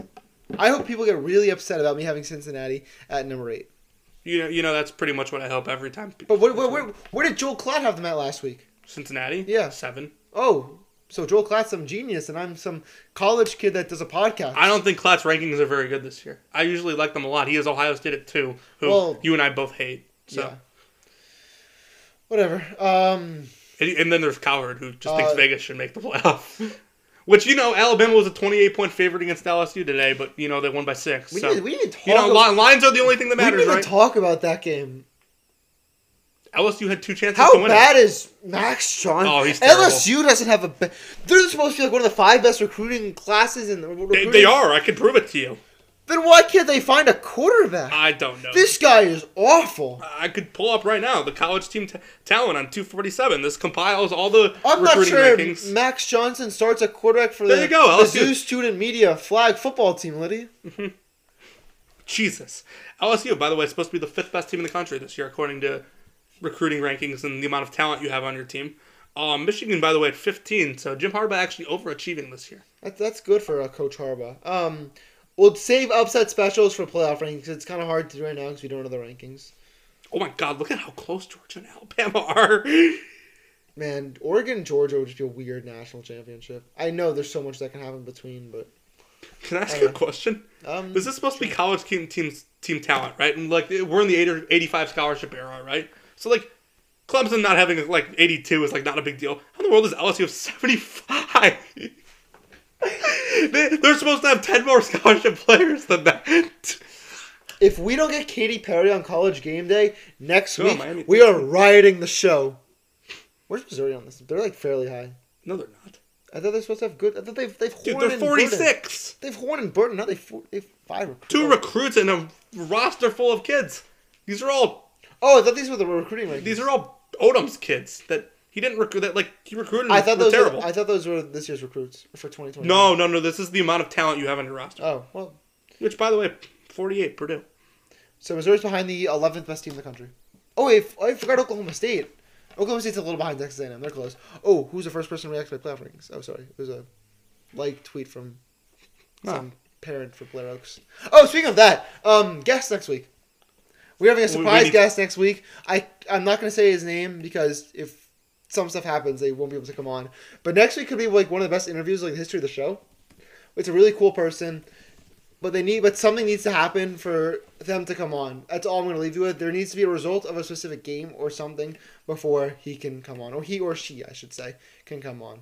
Speaker 2: I hope people get really upset about me having Cincinnati at number eight.
Speaker 3: You know, you know that's pretty much what I hope every time.
Speaker 2: But where, where, where, where did Joel Klatt have them at last week?
Speaker 3: Cincinnati,
Speaker 2: Yeah.
Speaker 3: seven.
Speaker 2: oh, so Joel Klatt's some genius and I'm some college kid that does a podcast.
Speaker 3: I don't think Klatt's rankings are very good this year. I usually like them a lot. He has Ohio State at two, who
Speaker 2: Well-
Speaker 3: you and I both hate. So.
Speaker 2: Yeah. Whatever. Um,
Speaker 3: And, and then there's Cowherd, who just thinks
Speaker 2: Uh,
Speaker 3: Vegas should make the playoff. Which, you know, Alabama was a 28 point favorite against LSU today, but, you know, they won by six.
Speaker 2: we
Speaker 3: so,
Speaker 2: didn't we didn't talk.
Speaker 3: you know,
Speaker 2: about,
Speaker 3: li- lines are the only thing that
Speaker 2: we didn't
Speaker 3: matters,
Speaker 2: even
Speaker 3: right?
Speaker 2: talk about that game.
Speaker 3: LSU had two chances
Speaker 2: How
Speaker 3: to win.
Speaker 2: bad is Max John?
Speaker 3: Oh, he's terrible.
Speaker 2: LSU doesn't have a. Be- They're supposed to be like one of the five best recruiting classes in the.
Speaker 3: it.
Speaker 2: Recruiting.
Speaker 3: They, they are. I can prove it to you.
Speaker 2: Then why can't they find a quarterback?
Speaker 3: I don't know.
Speaker 2: this guy is awful.
Speaker 3: I could pull up right now the college team t- talent on 247. This compiles all the
Speaker 2: I'm not
Speaker 3: recruiting
Speaker 2: sure
Speaker 3: rankings.
Speaker 2: Max Johnson starts a quarterback for
Speaker 3: There
Speaker 2: the,
Speaker 3: you go,
Speaker 2: the
Speaker 3: LSU.
Speaker 2: Zoo Student Media Flag football team, Liddy.
Speaker 3: Jesus. LSU, by the way, is supposed to be the fifth best team in the country this year, according to recruiting rankings and the amount of talent you have on your team. Um, Michigan, by the way, at 15. So Jim Harbaugh actually overachieving this year.
Speaker 2: That's that's good for uh, Coach Harbaugh. Um, we'll save upset specials for playoff rankings. It's kind of hard to do right now because we don't know the rankings.
Speaker 3: Oh my God! Look at how close Georgia and Alabama are.
Speaker 2: Man, Oregon and Georgia would just be a weird national championship. I know there's so much that can happen between, but
Speaker 3: Can I ask you a question?
Speaker 2: um,
Speaker 3: Is this supposed to be college team teams team talent, right? And like we're in the 80 or 85 scholarship era, right? So like Clemson not having like 82 is like not a big deal. How in the world is LSU have 75? they, they're supposed to have 10 more scholarship players than that.
Speaker 2: if we don't get Katy Perry on College Game Day next
Speaker 3: Oh,
Speaker 2: week,
Speaker 3: Miami-
Speaker 2: we are rioting the show. Where's Missouri on this? They're like fairly high.
Speaker 3: No, they're not.
Speaker 2: I thought they're supposed to have good. I thought they've they've
Speaker 3: Dude,
Speaker 2: Horn
Speaker 3: they're
Speaker 2: and Burton.
Speaker 3: 46.
Speaker 2: They've Horn and Burton. Now they four, they've five recruits.
Speaker 3: Two recruits and a roster full of kids. These are all
Speaker 2: oh, I thought these were the recruiting rankings.
Speaker 3: These are all Odom's kids that he didn't recruit. That like he recruited.
Speaker 2: I thought
Speaker 3: were
Speaker 2: those.
Speaker 3: terrible.
Speaker 2: Were, I thought those were this year's recruits for 2020.
Speaker 3: no, no, no. This is the amount of talent you have on your roster.
Speaker 2: Oh well,
Speaker 3: Which, by the way, forty-eight Purdue.
Speaker 2: so Missouri's behind the 11th best team in the country. Oh wait, f- I forgot Oklahoma State. Oklahoma State's a little behind Texas A&M. They're close. Oh, who's the first person to react to my playoff rankings? Oh, sorry, it was a like tweet from some parent for Blair Oaks. Oh, speaking of that, um, guest next week. We're having a
Speaker 3: We- we
Speaker 2: surprise
Speaker 3: need-
Speaker 2: guest next week. I I'm not gonna say his name because if some stuff happens, they won't be able to come on. But next week could be like one of the best interviews like in the history of the show. It's a really cool person. But they need, but something needs to happen for them to come on. That's all I'm going to leave you with. There needs to be a result of a specific game or something before he can come on, or he or she, I should say, can come on.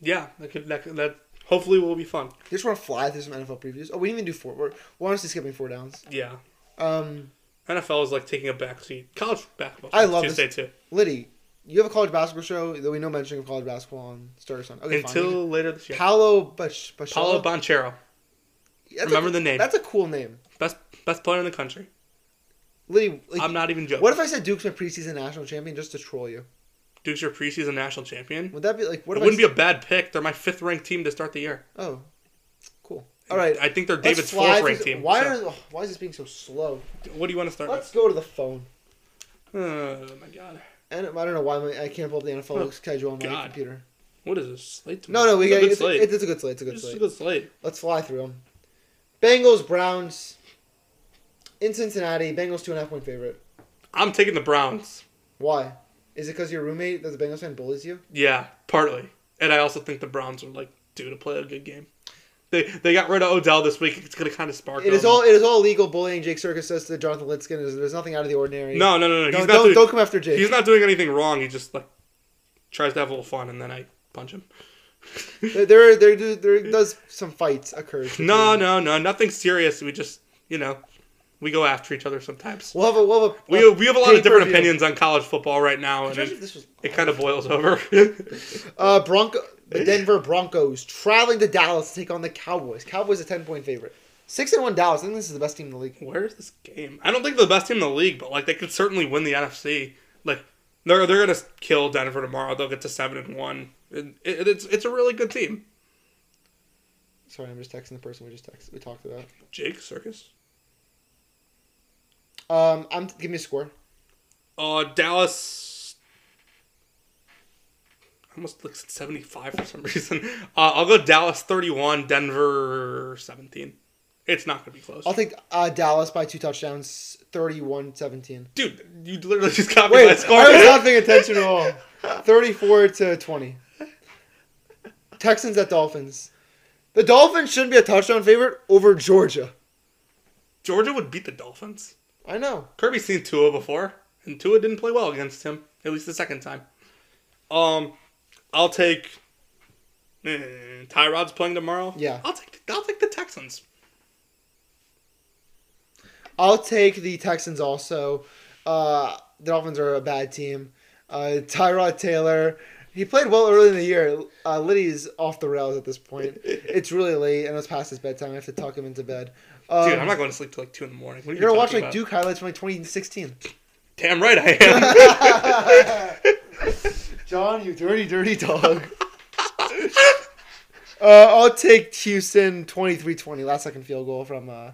Speaker 3: Yeah, that could that, could- that hopefully will be fun.
Speaker 2: Just want to fly through some NFL previews. Oh, we didn't even do four. We're, we're honestly skipping four downs.
Speaker 3: Yeah,
Speaker 2: Um,
Speaker 3: NFL is like taking a backseat. College basketball.
Speaker 2: I love
Speaker 3: Tuesday
Speaker 2: this.
Speaker 3: too.
Speaker 2: Liddy, you have a college basketball show. There'll be no mention of college basketball on Star Sun. Okay,
Speaker 3: Until
Speaker 2: fine.
Speaker 3: later this year.
Speaker 2: Paolo Bach- Bach-
Speaker 3: Paulo Banchero, remember the name.
Speaker 2: That's a cool name.
Speaker 3: best best player in the country.
Speaker 2: Liddy, like,
Speaker 3: I'm not even joking.
Speaker 2: What if I said Duke's my preseason national champion just to troll you?
Speaker 3: Duke's your preseason national champion.
Speaker 2: Would that be like? What
Speaker 3: it
Speaker 2: if
Speaker 3: wouldn't
Speaker 2: I
Speaker 3: be a bad pick. They're my fifth ranked team to start the year.
Speaker 2: be? oh, cool. All right.
Speaker 3: I think they're
Speaker 2: let's
Speaker 3: David's
Speaker 2: fly
Speaker 3: fourth
Speaker 2: through-
Speaker 3: ranked team.
Speaker 2: Why
Speaker 3: so-
Speaker 2: are? oh, why is this being so slow?
Speaker 3: what do you want to start?
Speaker 2: Let's go to the phone.
Speaker 3: with? Oh my god.
Speaker 2: And I don't know why my, I can't pull up the NFL
Speaker 3: Oh,
Speaker 2: schedule on my
Speaker 3: God.
Speaker 2: computer.
Speaker 3: What is this slate?
Speaker 2: No, no, we
Speaker 3: it's
Speaker 2: got
Speaker 3: a good
Speaker 2: it's,
Speaker 3: slate.
Speaker 2: it's, it's a good slate. It's a good
Speaker 3: This is
Speaker 2: slate.
Speaker 3: a good slate.
Speaker 2: Let's fly through them. Bengals Browns in Cincinnati. Bengals two and a half point favorite.
Speaker 3: I'm taking the Browns.
Speaker 2: Why? Is it because your roommate that the Bengals fan bullies you?
Speaker 3: Yeah, partly. And I also think the Browns are like due to play a good game. They they got rid of Odell this week. It's gonna kind of spark.
Speaker 2: It is
Speaker 3: them.
Speaker 2: all it is all legal bullying. Jake Circus says to Jonathan Litzkin, "There's- "There's nothing out of the ordinary."
Speaker 3: No, no, no, no. He's
Speaker 2: don't
Speaker 3: not
Speaker 2: don't,
Speaker 3: doing,
Speaker 2: don't come after Jake.
Speaker 3: He's not doing anything wrong. He just like tries to have a little fun, and then I punch him.
Speaker 2: There, there, there, do, there does some fights occur. between-
Speaker 3: No, no, no, nothing serious. We just, you know, we go after each other sometimes.
Speaker 2: We'll have a we'll have a,
Speaker 3: We, we have a lot of different
Speaker 2: pay-per-view.
Speaker 3: opinions on college football right now, and
Speaker 2: Imagine if
Speaker 3: it,
Speaker 2: this was-
Speaker 3: it kind of boils over.
Speaker 2: Uh, Bronco, the Denver Broncos traveling to Dallas to take on the Cowboys. Cowboys a ten point favorite. Six and one Dallas. I think this is the best team in the league.
Speaker 3: Where is this game? I don't think they're the best team in the league, but like they could certainly win the NFC. Like they're they're gonna kill Denver tomorrow. They'll get to seven and one. It, it, it's it's a really good team.
Speaker 2: Sorry, I'm just texting the person we just texted. We talked about.
Speaker 3: Jake Circus.
Speaker 2: Um, I'm give me a score.
Speaker 3: Uh, Dallas. I almost looks at seventy five for some reason. Uh, I'll go Dallas thirty one, Denver seventeen. It's not gonna be close.
Speaker 2: I'll take uh, Dallas by two touchdowns, 31-17.
Speaker 3: Dude, you literally just got me
Speaker 2: Wait,
Speaker 3: my score.
Speaker 2: I was not paying attention at all. Thirty-four to twenty. Texans at Dolphins. The Dolphins shouldn't be a touchdown favorite over Georgia.
Speaker 3: Georgia would beat the Dolphins.
Speaker 2: I know.
Speaker 3: Kirby's seen Tua before, and Tua didn't play well against him, at least the second time. Um, I'll take eh, Tyrod's playing tomorrow.
Speaker 2: Yeah.
Speaker 3: I'll take I'll take the Texans.
Speaker 2: I'll take the Texans also. Uh, the Dolphins are a bad team. Uh, Tyrod Taylor, he played well early in the year. Uh, Liddy's off the rails at this point. It's really late, and it's past his bedtime. I have to tuck him into bed. Um,
Speaker 3: Dude, I'm not going to sleep till like two in the morning. What are you
Speaker 2: you're gonna watch
Speaker 3: talking
Speaker 2: like
Speaker 3: about?
Speaker 2: Duke highlights from like 2016.
Speaker 3: Damn right I am.
Speaker 2: John, you dirty, dirty dog. uh, I'll take Houston 23-20, last second field goal from uh,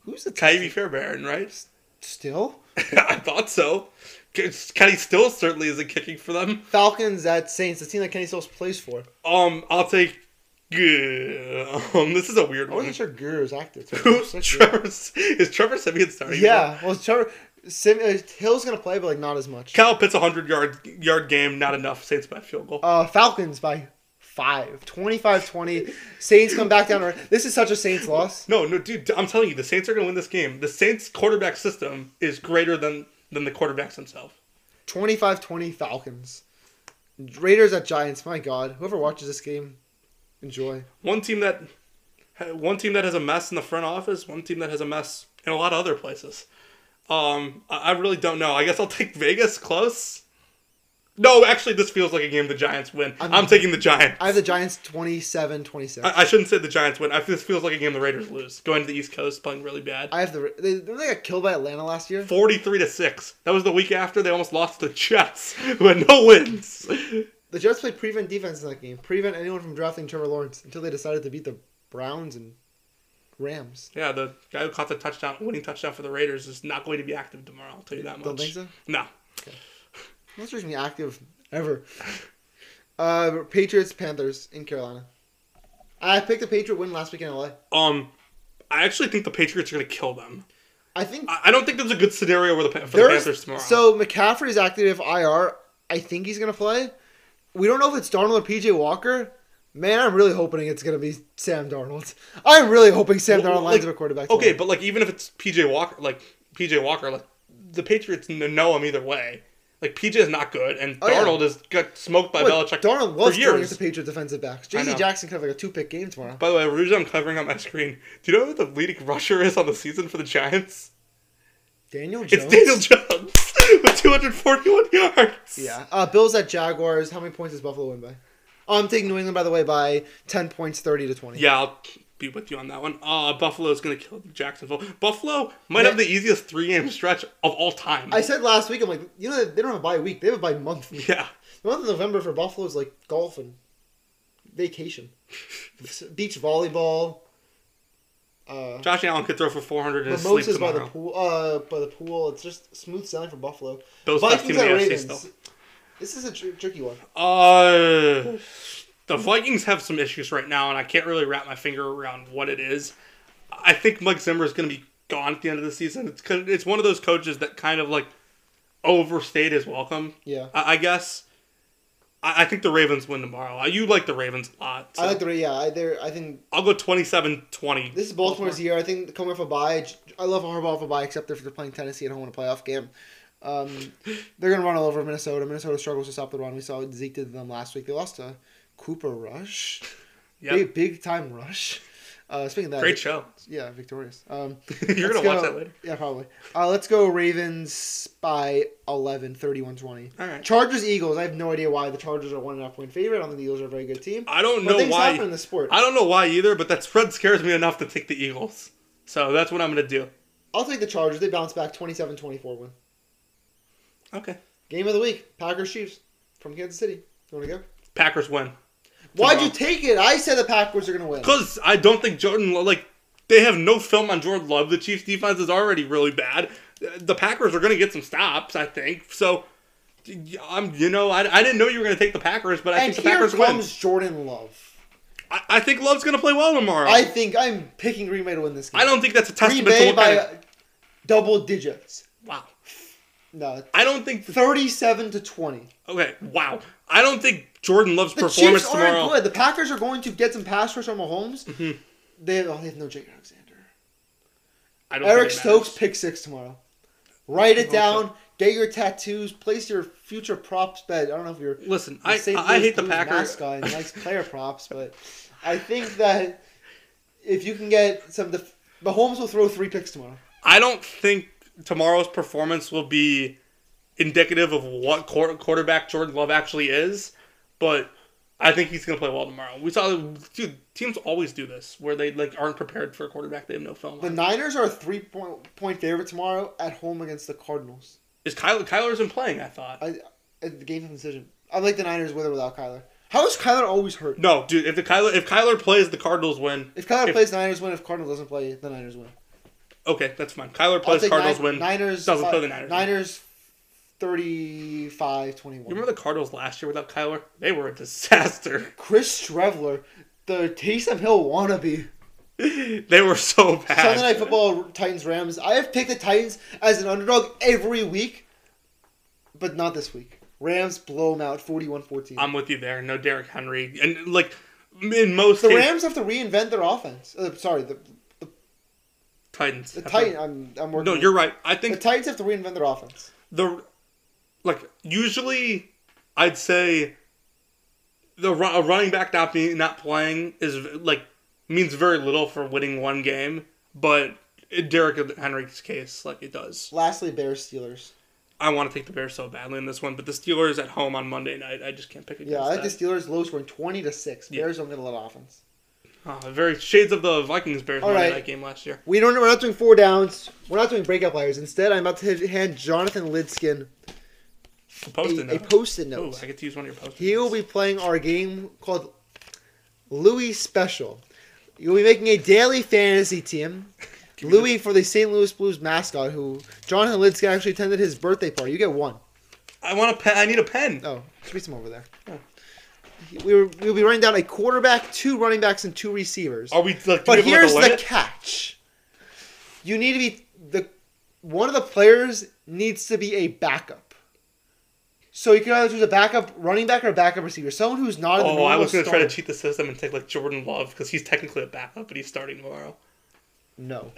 Speaker 2: who's the
Speaker 3: Kyrie Fairbairn, right?
Speaker 2: still
Speaker 3: I thought so. Kenny still certainly isn't kicking for them.
Speaker 2: Falcons at Saints, the team that Kenny Stills plays for.
Speaker 3: Um, I'll take. Um, this is a weird
Speaker 2: I
Speaker 3: one.
Speaker 2: wasn't sure Guru was active.
Speaker 3: Who Trevor is Trevor Simeon starting?
Speaker 2: yeah, well, Trevor Sim, uh, Hill's gonna play, but like not as much.
Speaker 3: Kyle Pitts 100 yard yard game, not enough. Saints by field goal.
Speaker 2: Uh, Falcons by five, 25-20. Saints come back down. to earth. This is such a Saints loss.
Speaker 3: No, no, dude, I'm telling you, the Saints are going to win this game. The Saints quarterback system is greater than than the quarterbacks themselves.
Speaker 2: 25-20 Falcons. Raiders at Giants. My God, whoever watches this game, enjoy.
Speaker 3: One team that one team that has a mess in the front office, one team that has a mess in a lot of other places. Um, I, I really don't know. I guess I'll take Vegas close. No, actually, this feels like a game the Giants win. I'm, taking the Giants.
Speaker 2: I have the Giants 27-26.
Speaker 3: I, I shouldn't say the Giants win. I, this feels like a game the Raiders lose. Going to the East Coast, playing really bad.
Speaker 2: I have the they, they got killed by Atlanta last year.
Speaker 3: 43 to 6. That was the week after they almost lost to the Jets, who had no wins.
Speaker 2: The Jets played prevent defense in that game. Prevent anyone from drafting Trevor Lawrence until they decided to beat the Browns and Rams.
Speaker 3: Yeah, the guy who caught the touchdown, winning touchdown for the Raiders, is not going to be active tomorrow. I'll tell you that much.
Speaker 2: Don't think so?
Speaker 3: No.
Speaker 2: That's just me active ever. Uh, Patriots Panthers in Carolina. I picked the Patriot win last week in LA.
Speaker 3: Um, I actually think the Patriots are going to kill them.
Speaker 2: I think
Speaker 3: I, I don't think there's a good scenario where the Pa- for the
Speaker 2: there's
Speaker 3: Panthers tomorrow.
Speaker 2: so McCaffrey's active IR. I think he's gonna play. We don't know if it's Donald or PJ Walker. Man, I'm really hoping it's gonna be Sam Darnold. I'm really hoping Sam
Speaker 3: Well,
Speaker 2: Darnold lines
Speaker 3: like,
Speaker 2: up a quarterback.
Speaker 3: Okay,
Speaker 2: tomorrow.
Speaker 3: but like even if it's PJ Walker, like PJ Walker, like the Patriots kn- know him either way. Like PJ is not good, and
Speaker 2: Oh, yeah.
Speaker 3: Darnold has got smoked by
Speaker 2: Wait,
Speaker 3: Belichick
Speaker 2: Darnold was
Speaker 3: for
Speaker 2: throwing at
Speaker 3: years.
Speaker 2: the Patriot defensive backs.
Speaker 3: I
Speaker 2: J.C.
Speaker 3: know.
Speaker 2: Jackson could have like a two pick game tomorrow.
Speaker 3: by the way, Rouge, I'm covering on my screen. Do you know who the leading rusher is on the season for the Giants?
Speaker 2: Daniel Jones.
Speaker 3: It's Daniel Jones with 241 yards.
Speaker 2: Yeah. Uh, Bills at Jaguars. How many points does Buffalo win by? Oh, I'm taking New England by the way by ten points, thirty to twenty.
Speaker 3: Yeah, I'll be with you on that one. Uh, Buffalo's going to kill Jacksonville. Buffalo might have the easiest three game stretch of all time.
Speaker 2: I said last week, I'm like, you know, they don't have a bye week; they have a bye month. The
Speaker 3: yeah.
Speaker 2: month of November for Buffalo is like golf and vacation, beach volleyball, uh,
Speaker 3: Josh Allen could throw for 400 in his sleep
Speaker 2: mimosas by the
Speaker 3: tomorrow.
Speaker 2: pool. Uh, by the pool, it's just smooth sailing for Buffalo.
Speaker 3: Bills best team
Speaker 2: Vikings
Speaker 3: in
Speaker 2: at
Speaker 3: the AFC
Speaker 2: Ravens.
Speaker 3: still.
Speaker 2: This is a tr- tricky one.
Speaker 3: Uh, the Vikings have some issues right now, and I can't really wrap my finger around what it is. I think Mike Zimmer is going to be gone at the end of the season. It's 'cause- it's one of those coaches that kind of like overstayed his welcome.
Speaker 2: Yeah.
Speaker 3: I, I guess. I, I think the Ravens win tomorrow. You like the Ravens a lot. so
Speaker 2: I like the yeah. I, they're- I think
Speaker 3: I'll go 27-20.
Speaker 2: This is Baltimore's year. I think coming off a bye, I love Harbaugh for bye, except if they're playing Tennessee at home in a playoff game. Um, they're going to run all over Minnesota. Minnesota struggles to stop the run. We saw what Zeke did to them last week. They lost to Cooper Rush.
Speaker 3: Yep.
Speaker 2: Big, big time Rush. Uh, speaking of that,
Speaker 3: Great show.
Speaker 2: yeah, victorious. Um,
Speaker 3: You're
Speaker 2: let's
Speaker 3: gonna watch
Speaker 2: go-
Speaker 3: that later.
Speaker 2: Yeah, probably. Uh, let's go Ravens by 11, 31 20.
Speaker 3: All right.
Speaker 2: Chargers, Eagles. I have no idea why the Chargers are one and a half point favorite. I don't think the Eagles are a very good team.
Speaker 3: I don't
Speaker 2: But
Speaker 3: know
Speaker 2: things
Speaker 3: why.
Speaker 2: happen in the sport.
Speaker 3: I don't know why either, but that spread scares me enough to take the Eagles. So that's what I'm gonna do.
Speaker 2: I'll take the Chargers. They bounce back 27 24 win.
Speaker 3: Okay.
Speaker 2: Game of the week: Packers Chiefs from Kansas City. You want to go?
Speaker 3: Packers win.
Speaker 2: Why'd you take it? I said the Packers are gonna win.
Speaker 3: Because I don't think Jordan Lo- like they have no film on Jordan Love. The Chiefs defense is already really bad. The Packers are gonna get some stops, I think. So I'm you know I, I didn't know you were gonna take the Packers, but I
Speaker 2: And
Speaker 3: think the
Speaker 2: here
Speaker 3: Packers
Speaker 2: comes
Speaker 3: win.
Speaker 2: Jordan Love.
Speaker 3: I, I think Love's gonna play well tomorrow.
Speaker 2: I
Speaker 3: I,
Speaker 2: think I'm picking Green Bay to win this game.
Speaker 3: don't think that's a
Speaker 2: Green
Speaker 3: testament to
Speaker 2: Bay
Speaker 3: what
Speaker 2: by
Speaker 3: kind of,
Speaker 2: uh, double digits.
Speaker 3: wow.
Speaker 2: No,
Speaker 3: I don't think
Speaker 2: thirty-seven to twenty.
Speaker 3: Okay, wow. I don't think Jordan Love's
Speaker 2: The
Speaker 3: performance
Speaker 2: Chiefs aren't
Speaker 3: tomorrow. Mm-hmm.
Speaker 2: good. The Packers are going to get some pass rush on Mahomes. They, have, oh, they have no Jake Alexander.
Speaker 3: I don't
Speaker 2: Eric
Speaker 3: think it matters.
Speaker 2: Stokes pick six tomorrow. Write it down. Get your tattoos. Place your future props bet. I don't know if you're
Speaker 3: Listen,
Speaker 2: the
Speaker 3: I,
Speaker 2: St.
Speaker 3: I, I
Speaker 2: Louis
Speaker 3: hate the
Speaker 2: Blues
Speaker 3: Packers.
Speaker 2: mascot and likes player props, but I think that if you can get some, def- Mahomes will throw three picks tomorrow.
Speaker 3: I don't think tomorrow's performance will be indicative of what quar- quarterback Jordan Love actually is, but I think he's going to play well tomorrow. We saw, dude, teams always do this where they like aren't prepared for a quarterback. They have no film.
Speaker 2: The
Speaker 3: On.
Speaker 2: Niners are a three point point favorite tomorrow at home against the Cardinals.
Speaker 3: Is Kyler Kyler's been playing? I thought.
Speaker 2: I, I the game's decision. I like the Niners with or without Kyler. How is Kyler always hurt?
Speaker 3: no, dude. If the Kyler if Kyler plays, the Cardinals win.
Speaker 2: If Kyler
Speaker 3: If-
Speaker 2: plays, Niners win. If Cardinals doesn't play, the Niners win.
Speaker 3: Okay, that's fine. Kyler
Speaker 2: I'll
Speaker 3: plays,
Speaker 2: take
Speaker 3: Cardinals
Speaker 2: Nin-
Speaker 3: win.
Speaker 2: Niners
Speaker 3: doesn't
Speaker 2: fi-
Speaker 3: play the Niners.
Speaker 2: Niners 35
Speaker 3: You
Speaker 2: 21.
Speaker 3: remember the Cardinals last year without Kyler? They were a disaster.
Speaker 2: Chris Trevler, the Taysom Hill wannabe.
Speaker 3: they were so bad.
Speaker 2: Sunday Night Football, Titans, Rams. I have picked the Titans as an underdog every week, but not this week. Rams blow them out 41 14.
Speaker 3: I'm with you there. No Derrick Henry, and like in most
Speaker 2: The
Speaker 3: cases-
Speaker 2: Rams have to reinvent their offense. Uh, sorry, the, the,
Speaker 3: Titans.
Speaker 2: the
Speaker 3: have to-
Speaker 2: Titan. I'm, I'm working.
Speaker 3: No,
Speaker 2: on-
Speaker 3: you're right. I
Speaker 2: The
Speaker 3: think
Speaker 2: Titans have to reinvent their offense.
Speaker 3: the like usually I'd say the ru- a running back not being not playing is like means very little for winning one game, but in Derrick Henry's case, like it does.
Speaker 2: Lastly, Bears, Steelers.
Speaker 3: I want to take the Bears so badly in this one, but the Steelers at home on Monday night, I just can't pick against
Speaker 2: Yeah, I like
Speaker 3: that.
Speaker 2: the Steelers low scoring 20 to 6.
Speaker 3: Yeah.
Speaker 2: Bears don't get a lot of offense.
Speaker 3: Ah, very shades of the Vikings Bears
Speaker 2: All
Speaker 3: Monday
Speaker 2: right.
Speaker 3: night game last year.
Speaker 2: We don't. We're not doing four downs. We're not doing breakout players. Instead, I'm about to hand Jonathan Lidskin
Speaker 3: Post-it
Speaker 2: a, a
Speaker 3: note.
Speaker 2: post-it
Speaker 3: Ooh,
Speaker 2: note.
Speaker 3: I get to use one of your post.
Speaker 2: He will be playing our game called Louis Special. You'll be making a daily fantasy team. Louis for the St. Louis Blues mascot, who Jonathan Lidskin actually attended his birthday party. You get one.
Speaker 3: I want a pen. I need a pen.
Speaker 2: Oh, should be some over there.
Speaker 3: Oh.
Speaker 2: We were, we'll be running down a quarterback, two running backs, and two receivers.
Speaker 3: Are we? Like, do we
Speaker 2: But
Speaker 3: have, like, a
Speaker 2: here's the
Speaker 3: limit?
Speaker 2: catch. You need to be the one of the players needs to be a backup. So you could either choose a backup running back or a backup receiver, someone who's not. In the
Speaker 3: Oh, I
Speaker 2: normal
Speaker 3: was going to try to
Speaker 2: start.
Speaker 3: cheat the system and take like Jordan Love because he's technically a backup, but he's starting tomorrow.
Speaker 2: No,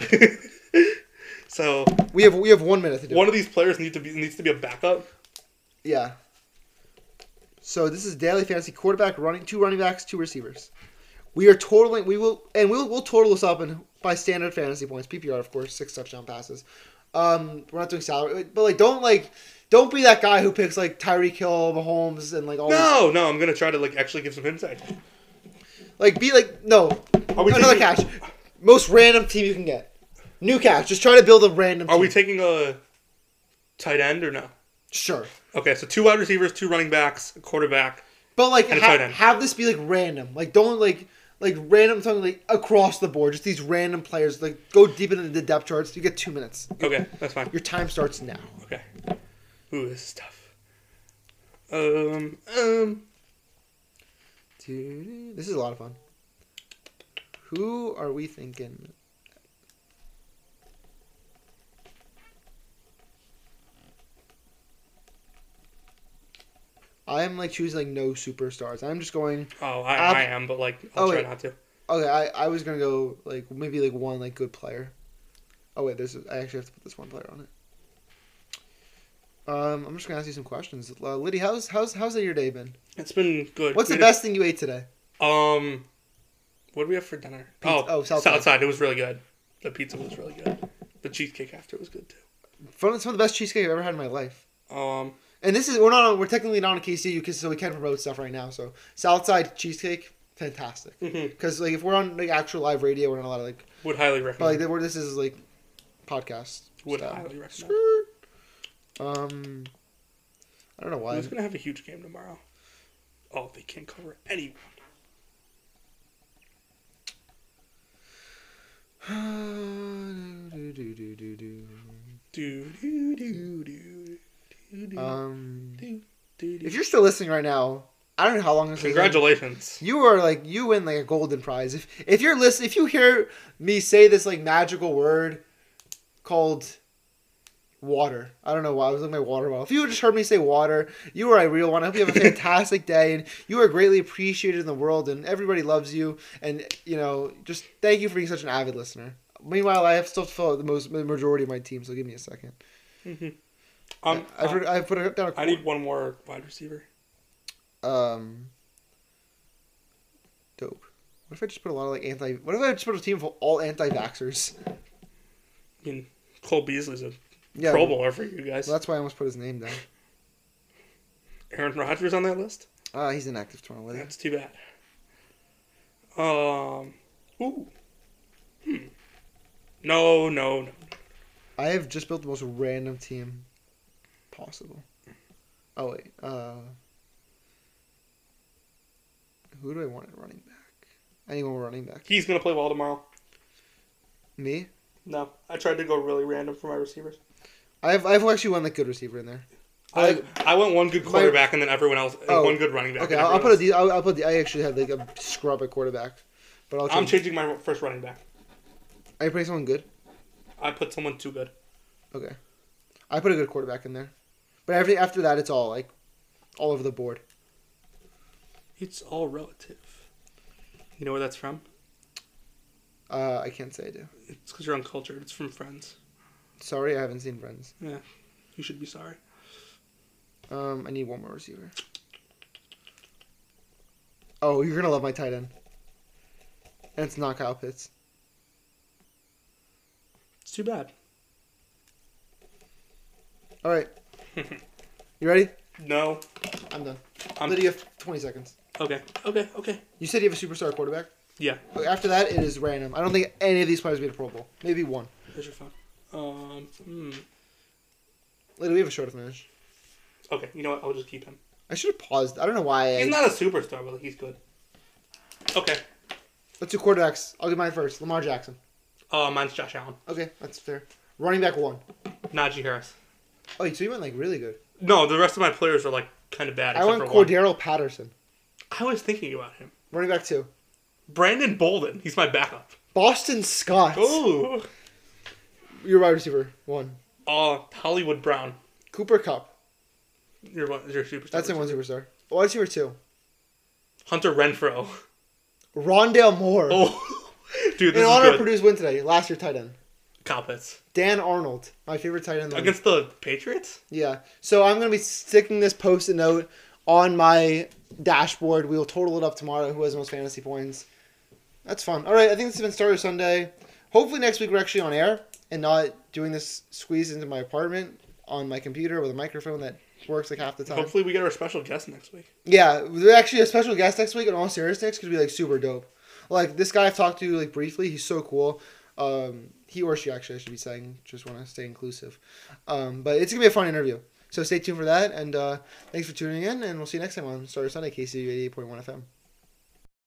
Speaker 3: So
Speaker 2: we have we have one minute to do. it.
Speaker 3: one of these players need to be needs to be a backup.
Speaker 2: Yeah. So this is daily fantasy quarterback running two running backs, two receivers. We are totaling we will and we'll we'll total this up in by standard fantasy points, PPR of course, six touchdown passes. Um we're not doing salary but like don't like don't be that guy who picks like Tyreek Hill, Mahomes and like all these-
Speaker 3: No, no, I'm going to try to like actually give some insight.
Speaker 2: like be like no.
Speaker 3: Are we
Speaker 2: Another
Speaker 3: taking-
Speaker 2: catch. Most random team you can get. New catch. Just try to build a random
Speaker 3: Are
Speaker 2: team.
Speaker 3: we taking a tight end or no?
Speaker 2: sure.
Speaker 3: Okay, so two wide receivers, two running backs, a quarterback.
Speaker 2: But like,
Speaker 3: And a
Speaker 2: ha-
Speaker 3: tight end.
Speaker 2: have this be like random. Like, don't like like random something like across the board. Just these random players. Like, go deep into the depth charts. You get two minutes.
Speaker 3: Okay, that's fine.
Speaker 2: Your time starts now.
Speaker 3: Okay. Ooh, this is tough. Um, um,
Speaker 2: Doo-doo. This is a lot of fun. Who are we thinking? I am like choosing like no superstars. I'm just going.
Speaker 3: oh, I,
Speaker 2: Um,
Speaker 3: I am, but like, I'll
Speaker 2: oh,
Speaker 3: try
Speaker 2: wait.
Speaker 3: not to.
Speaker 2: Okay, I, I was gonna go like maybe like one like good player. Oh wait, there's I actually have to put this one player on it. Um, I'm just gonna ask you some questions, uh, Liddy. How's how's how's your day been?
Speaker 3: It's been good.
Speaker 2: What's the
Speaker 3: We did-
Speaker 2: best thing you ate today?
Speaker 3: Um, what did we have for dinner?
Speaker 2: Pizza-
Speaker 3: Oh,
Speaker 2: oh,
Speaker 3: oh,
Speaker 2: Southside.
Speaker 3: Southside. It was really good. The pizza was really good. The cheesecake after was good too.
Speaker 2: Some of some of the best cheesecake I've ever had in my life.
Speaker 3: Um,
Speaker 2: And this is we're not on, we're technically not on KCU because so we can't promote stuff right now. So Southside cheesecake, fantastic.
Speaker 3: Mhm.
Speaker 2: Because like if we're on like actual live radio, we're not allowed to like
Speaker 3: would highly
Speaker 2: but like
Speaker 3: recommend.
Speaker 2: th- we're, this is like podcast.
Speaker 3: would
Speaker 2: style.
Speaker 3: highly recommend.
Speaker 2: Skirt. Um, I don't know why.
Speaker 3: Who's gonna have a huge game tomorrow? Oh, they can't cover anyone. Do do do do do do.
Speaker 2: Um,
Speaker 3: do, do, do.
Speaker 2: if you're still listening right now, I don't know how long this is.
Speaker 3: Congratulations.
Speaker 2: You are like you win like a golden prize. If if you're listening, if you hear me say this like magical word called water, I don't know why I was looking at my water bottle. If you just heard me say water, you are a real one. I hope you have a fantastic day and you are greatly appreciated in the world and everybody loves you and you know just thank you for being such an avid listener. Meanwhile, I have still to fill out the most the majority of my team, so give me a second.
Speaker 3: Um,
Speaker 2: I've,
Speaker 3: uh,
Speaker 2: heard, I've put it down. A
Speaker 3: I need one more wide receiver.
Speaker 2: Um, dope. What if I just put a lot of like anti? What if I just put a team of all anti-vaxxers?
Speaker 3: I mean, Cole Beasley's a
Speaker 2: Yeah,
Speaker 3: Pro
Speaker 2: well,
Speaker 3: Bowler for you guys.
Speaker 2: that's why I almost put his name down.
Speaker 3: Aaron Rodgers on that list.
Speaker 2: Uh, he's inactive tomorrow. Later.
Speaker 3: Oh, That's too bad. Um. Ooh. Hmm. No, no, no.
Speaker 2: I have just built the most random team possible. Oh wait, uh, who do I want at running back? Anyone running back?
Speaker 3: He's gonna play well tomorrow.
Speaker 2: Me?
Speaker 3: No, I tried to go really random for my receivers.
Speaker 2: I have. I have actually one like good receiver in there.
Speaker 3: I I went one good
Speaker 2: My-
Speaker 3: quarterback and then everyone else. and
Speaker 2: Oh.
Speaker 3: One good running back.
Speaker 2: Okay,
Speaker 3: and
Speaker 2: I'll, I'll
Speaker 3: everyone
Speaker 2: put a. I'll, I'll put the. I actually had like a scrub at quarterback, but I'll.
Speaker 3: else. I'm
Speaker 2: change-
Speaker 3: changing my first running back.
Speaker 2: Are you playing someone good?
Speaker 3: I put someone too good.
Speaker 2: Okay. I put a good quarterback in there. But everything after that, it's all like all over the board.
Speaker 3: It's all relative. You know where that's from?
Speaker 2: Uh, I can't say I do.
Speaker 3: It's because you're uncultured. It's from Friends.
Speaker 2: Sorry, I haven't seen Friends.
Speaker 3: Yeah, you should be sorry.
Speaker 2: Um, I need one more receiver. Oh, you're gonna love my tight end. And it's not Kyle Pitts.
Speaker 3: It's too bad.
Speaker 2: All right. you ready?
Speaker 3: No.
Speaker 2: I'm done.
Speaker 3: I'm-
Speaker 2: Lydia, you have 20 seconds.
Speaker 3: Okay. Okay. Okay.
Speaker 2: You said you have a superstar quarterback.
Speaker 3: Yeah.
Speaker 2: Okay, After that, it is random. I don't think any of these players made a Pro Bowl. Maybe one.
Speaker 3: There's your phone. Um. hmm.
Speaker 2: Lydia, we have a show to finish.
Speaker 3: Okay. You know what? I'll just keep him.
Speaker 2: I should have paused. I don't know why. I...
Speaker 3: He's not a superstar, but he's good. Okay.
Speaker 2: Let's do quarterbacks. I'll do mine first. Lamar Jackson.
Speaker 3: Uh, mine's Josh Allen.
Speaker 2: Okay, that's fair. Running back one.
Speaker 3: Najee Harris.
Speaker 2: Oh, so you went like really good.
Speaker 3: No, the rest of my players are like kind of bad.
Speaker 2: I
Speaker 3: Except
Speaker 2: went
Speaker 3: for one.
Speaker 2: Cordero Patterson.
Speaker 3: I was thinking about him.
Speaker 2: Running back two.
Speaker 3: Brandon Bolden. He's my backup.
Speaker 2: Boston Scott.
Speaker 3: Ooh.
Speaker 2: Your wide receiver one.
Speaker 3: Uh, Hollywood Brown.
Speaker 2: Cooper Cup.
Speaker 3: Your one, your superstar.
Speaker 2: That's in one
Speaker 3: receiver.
Speaker 2: superstar. Wide receiver two.
Speaker 3: Hunter Renfro.
Speaker 2: Rondale Moore.
Speaker 3: Oh, dude,
Speaker 2: in
Speaker 3: this
Speaker 2: honor
Speaker 3: is
Speaker 2: of
Speaker 3: good.
Speaker 2: Purdue's win today, last year tight end.
Speaker 3: Coppets
Speaker 2: Dan Arnold, my favorite tight end. in the league.
Speaker 3: against the Patriots.
Speaker 2: Yeah. So I'm gonna be sticking this post-it note on my dashboard. We will total it up tomorrow. Who has the most fantasy points? That's fun. All right. I think this has been Starter Sunday. Hopefully next week we're actually on air and not doing this squeezed into my apartment on my computer with a microphone that works like half the time.
Speaker 3: Hopefully, we get our special guest next week.
Speaker 2: Yeah, there's actually a special guest next week, and all seriousness, could be like super dope. Like this guy I've talked to like briefly, he's so cool. Um, he or she actually I should be saying. Just want to stay inclusive. Um, but it's gonna be a fun interview. So stay tuned for that, and uh, thanks for tuning in, and we'll see you next time on Starter Sunday, KC eighty eight point one FM.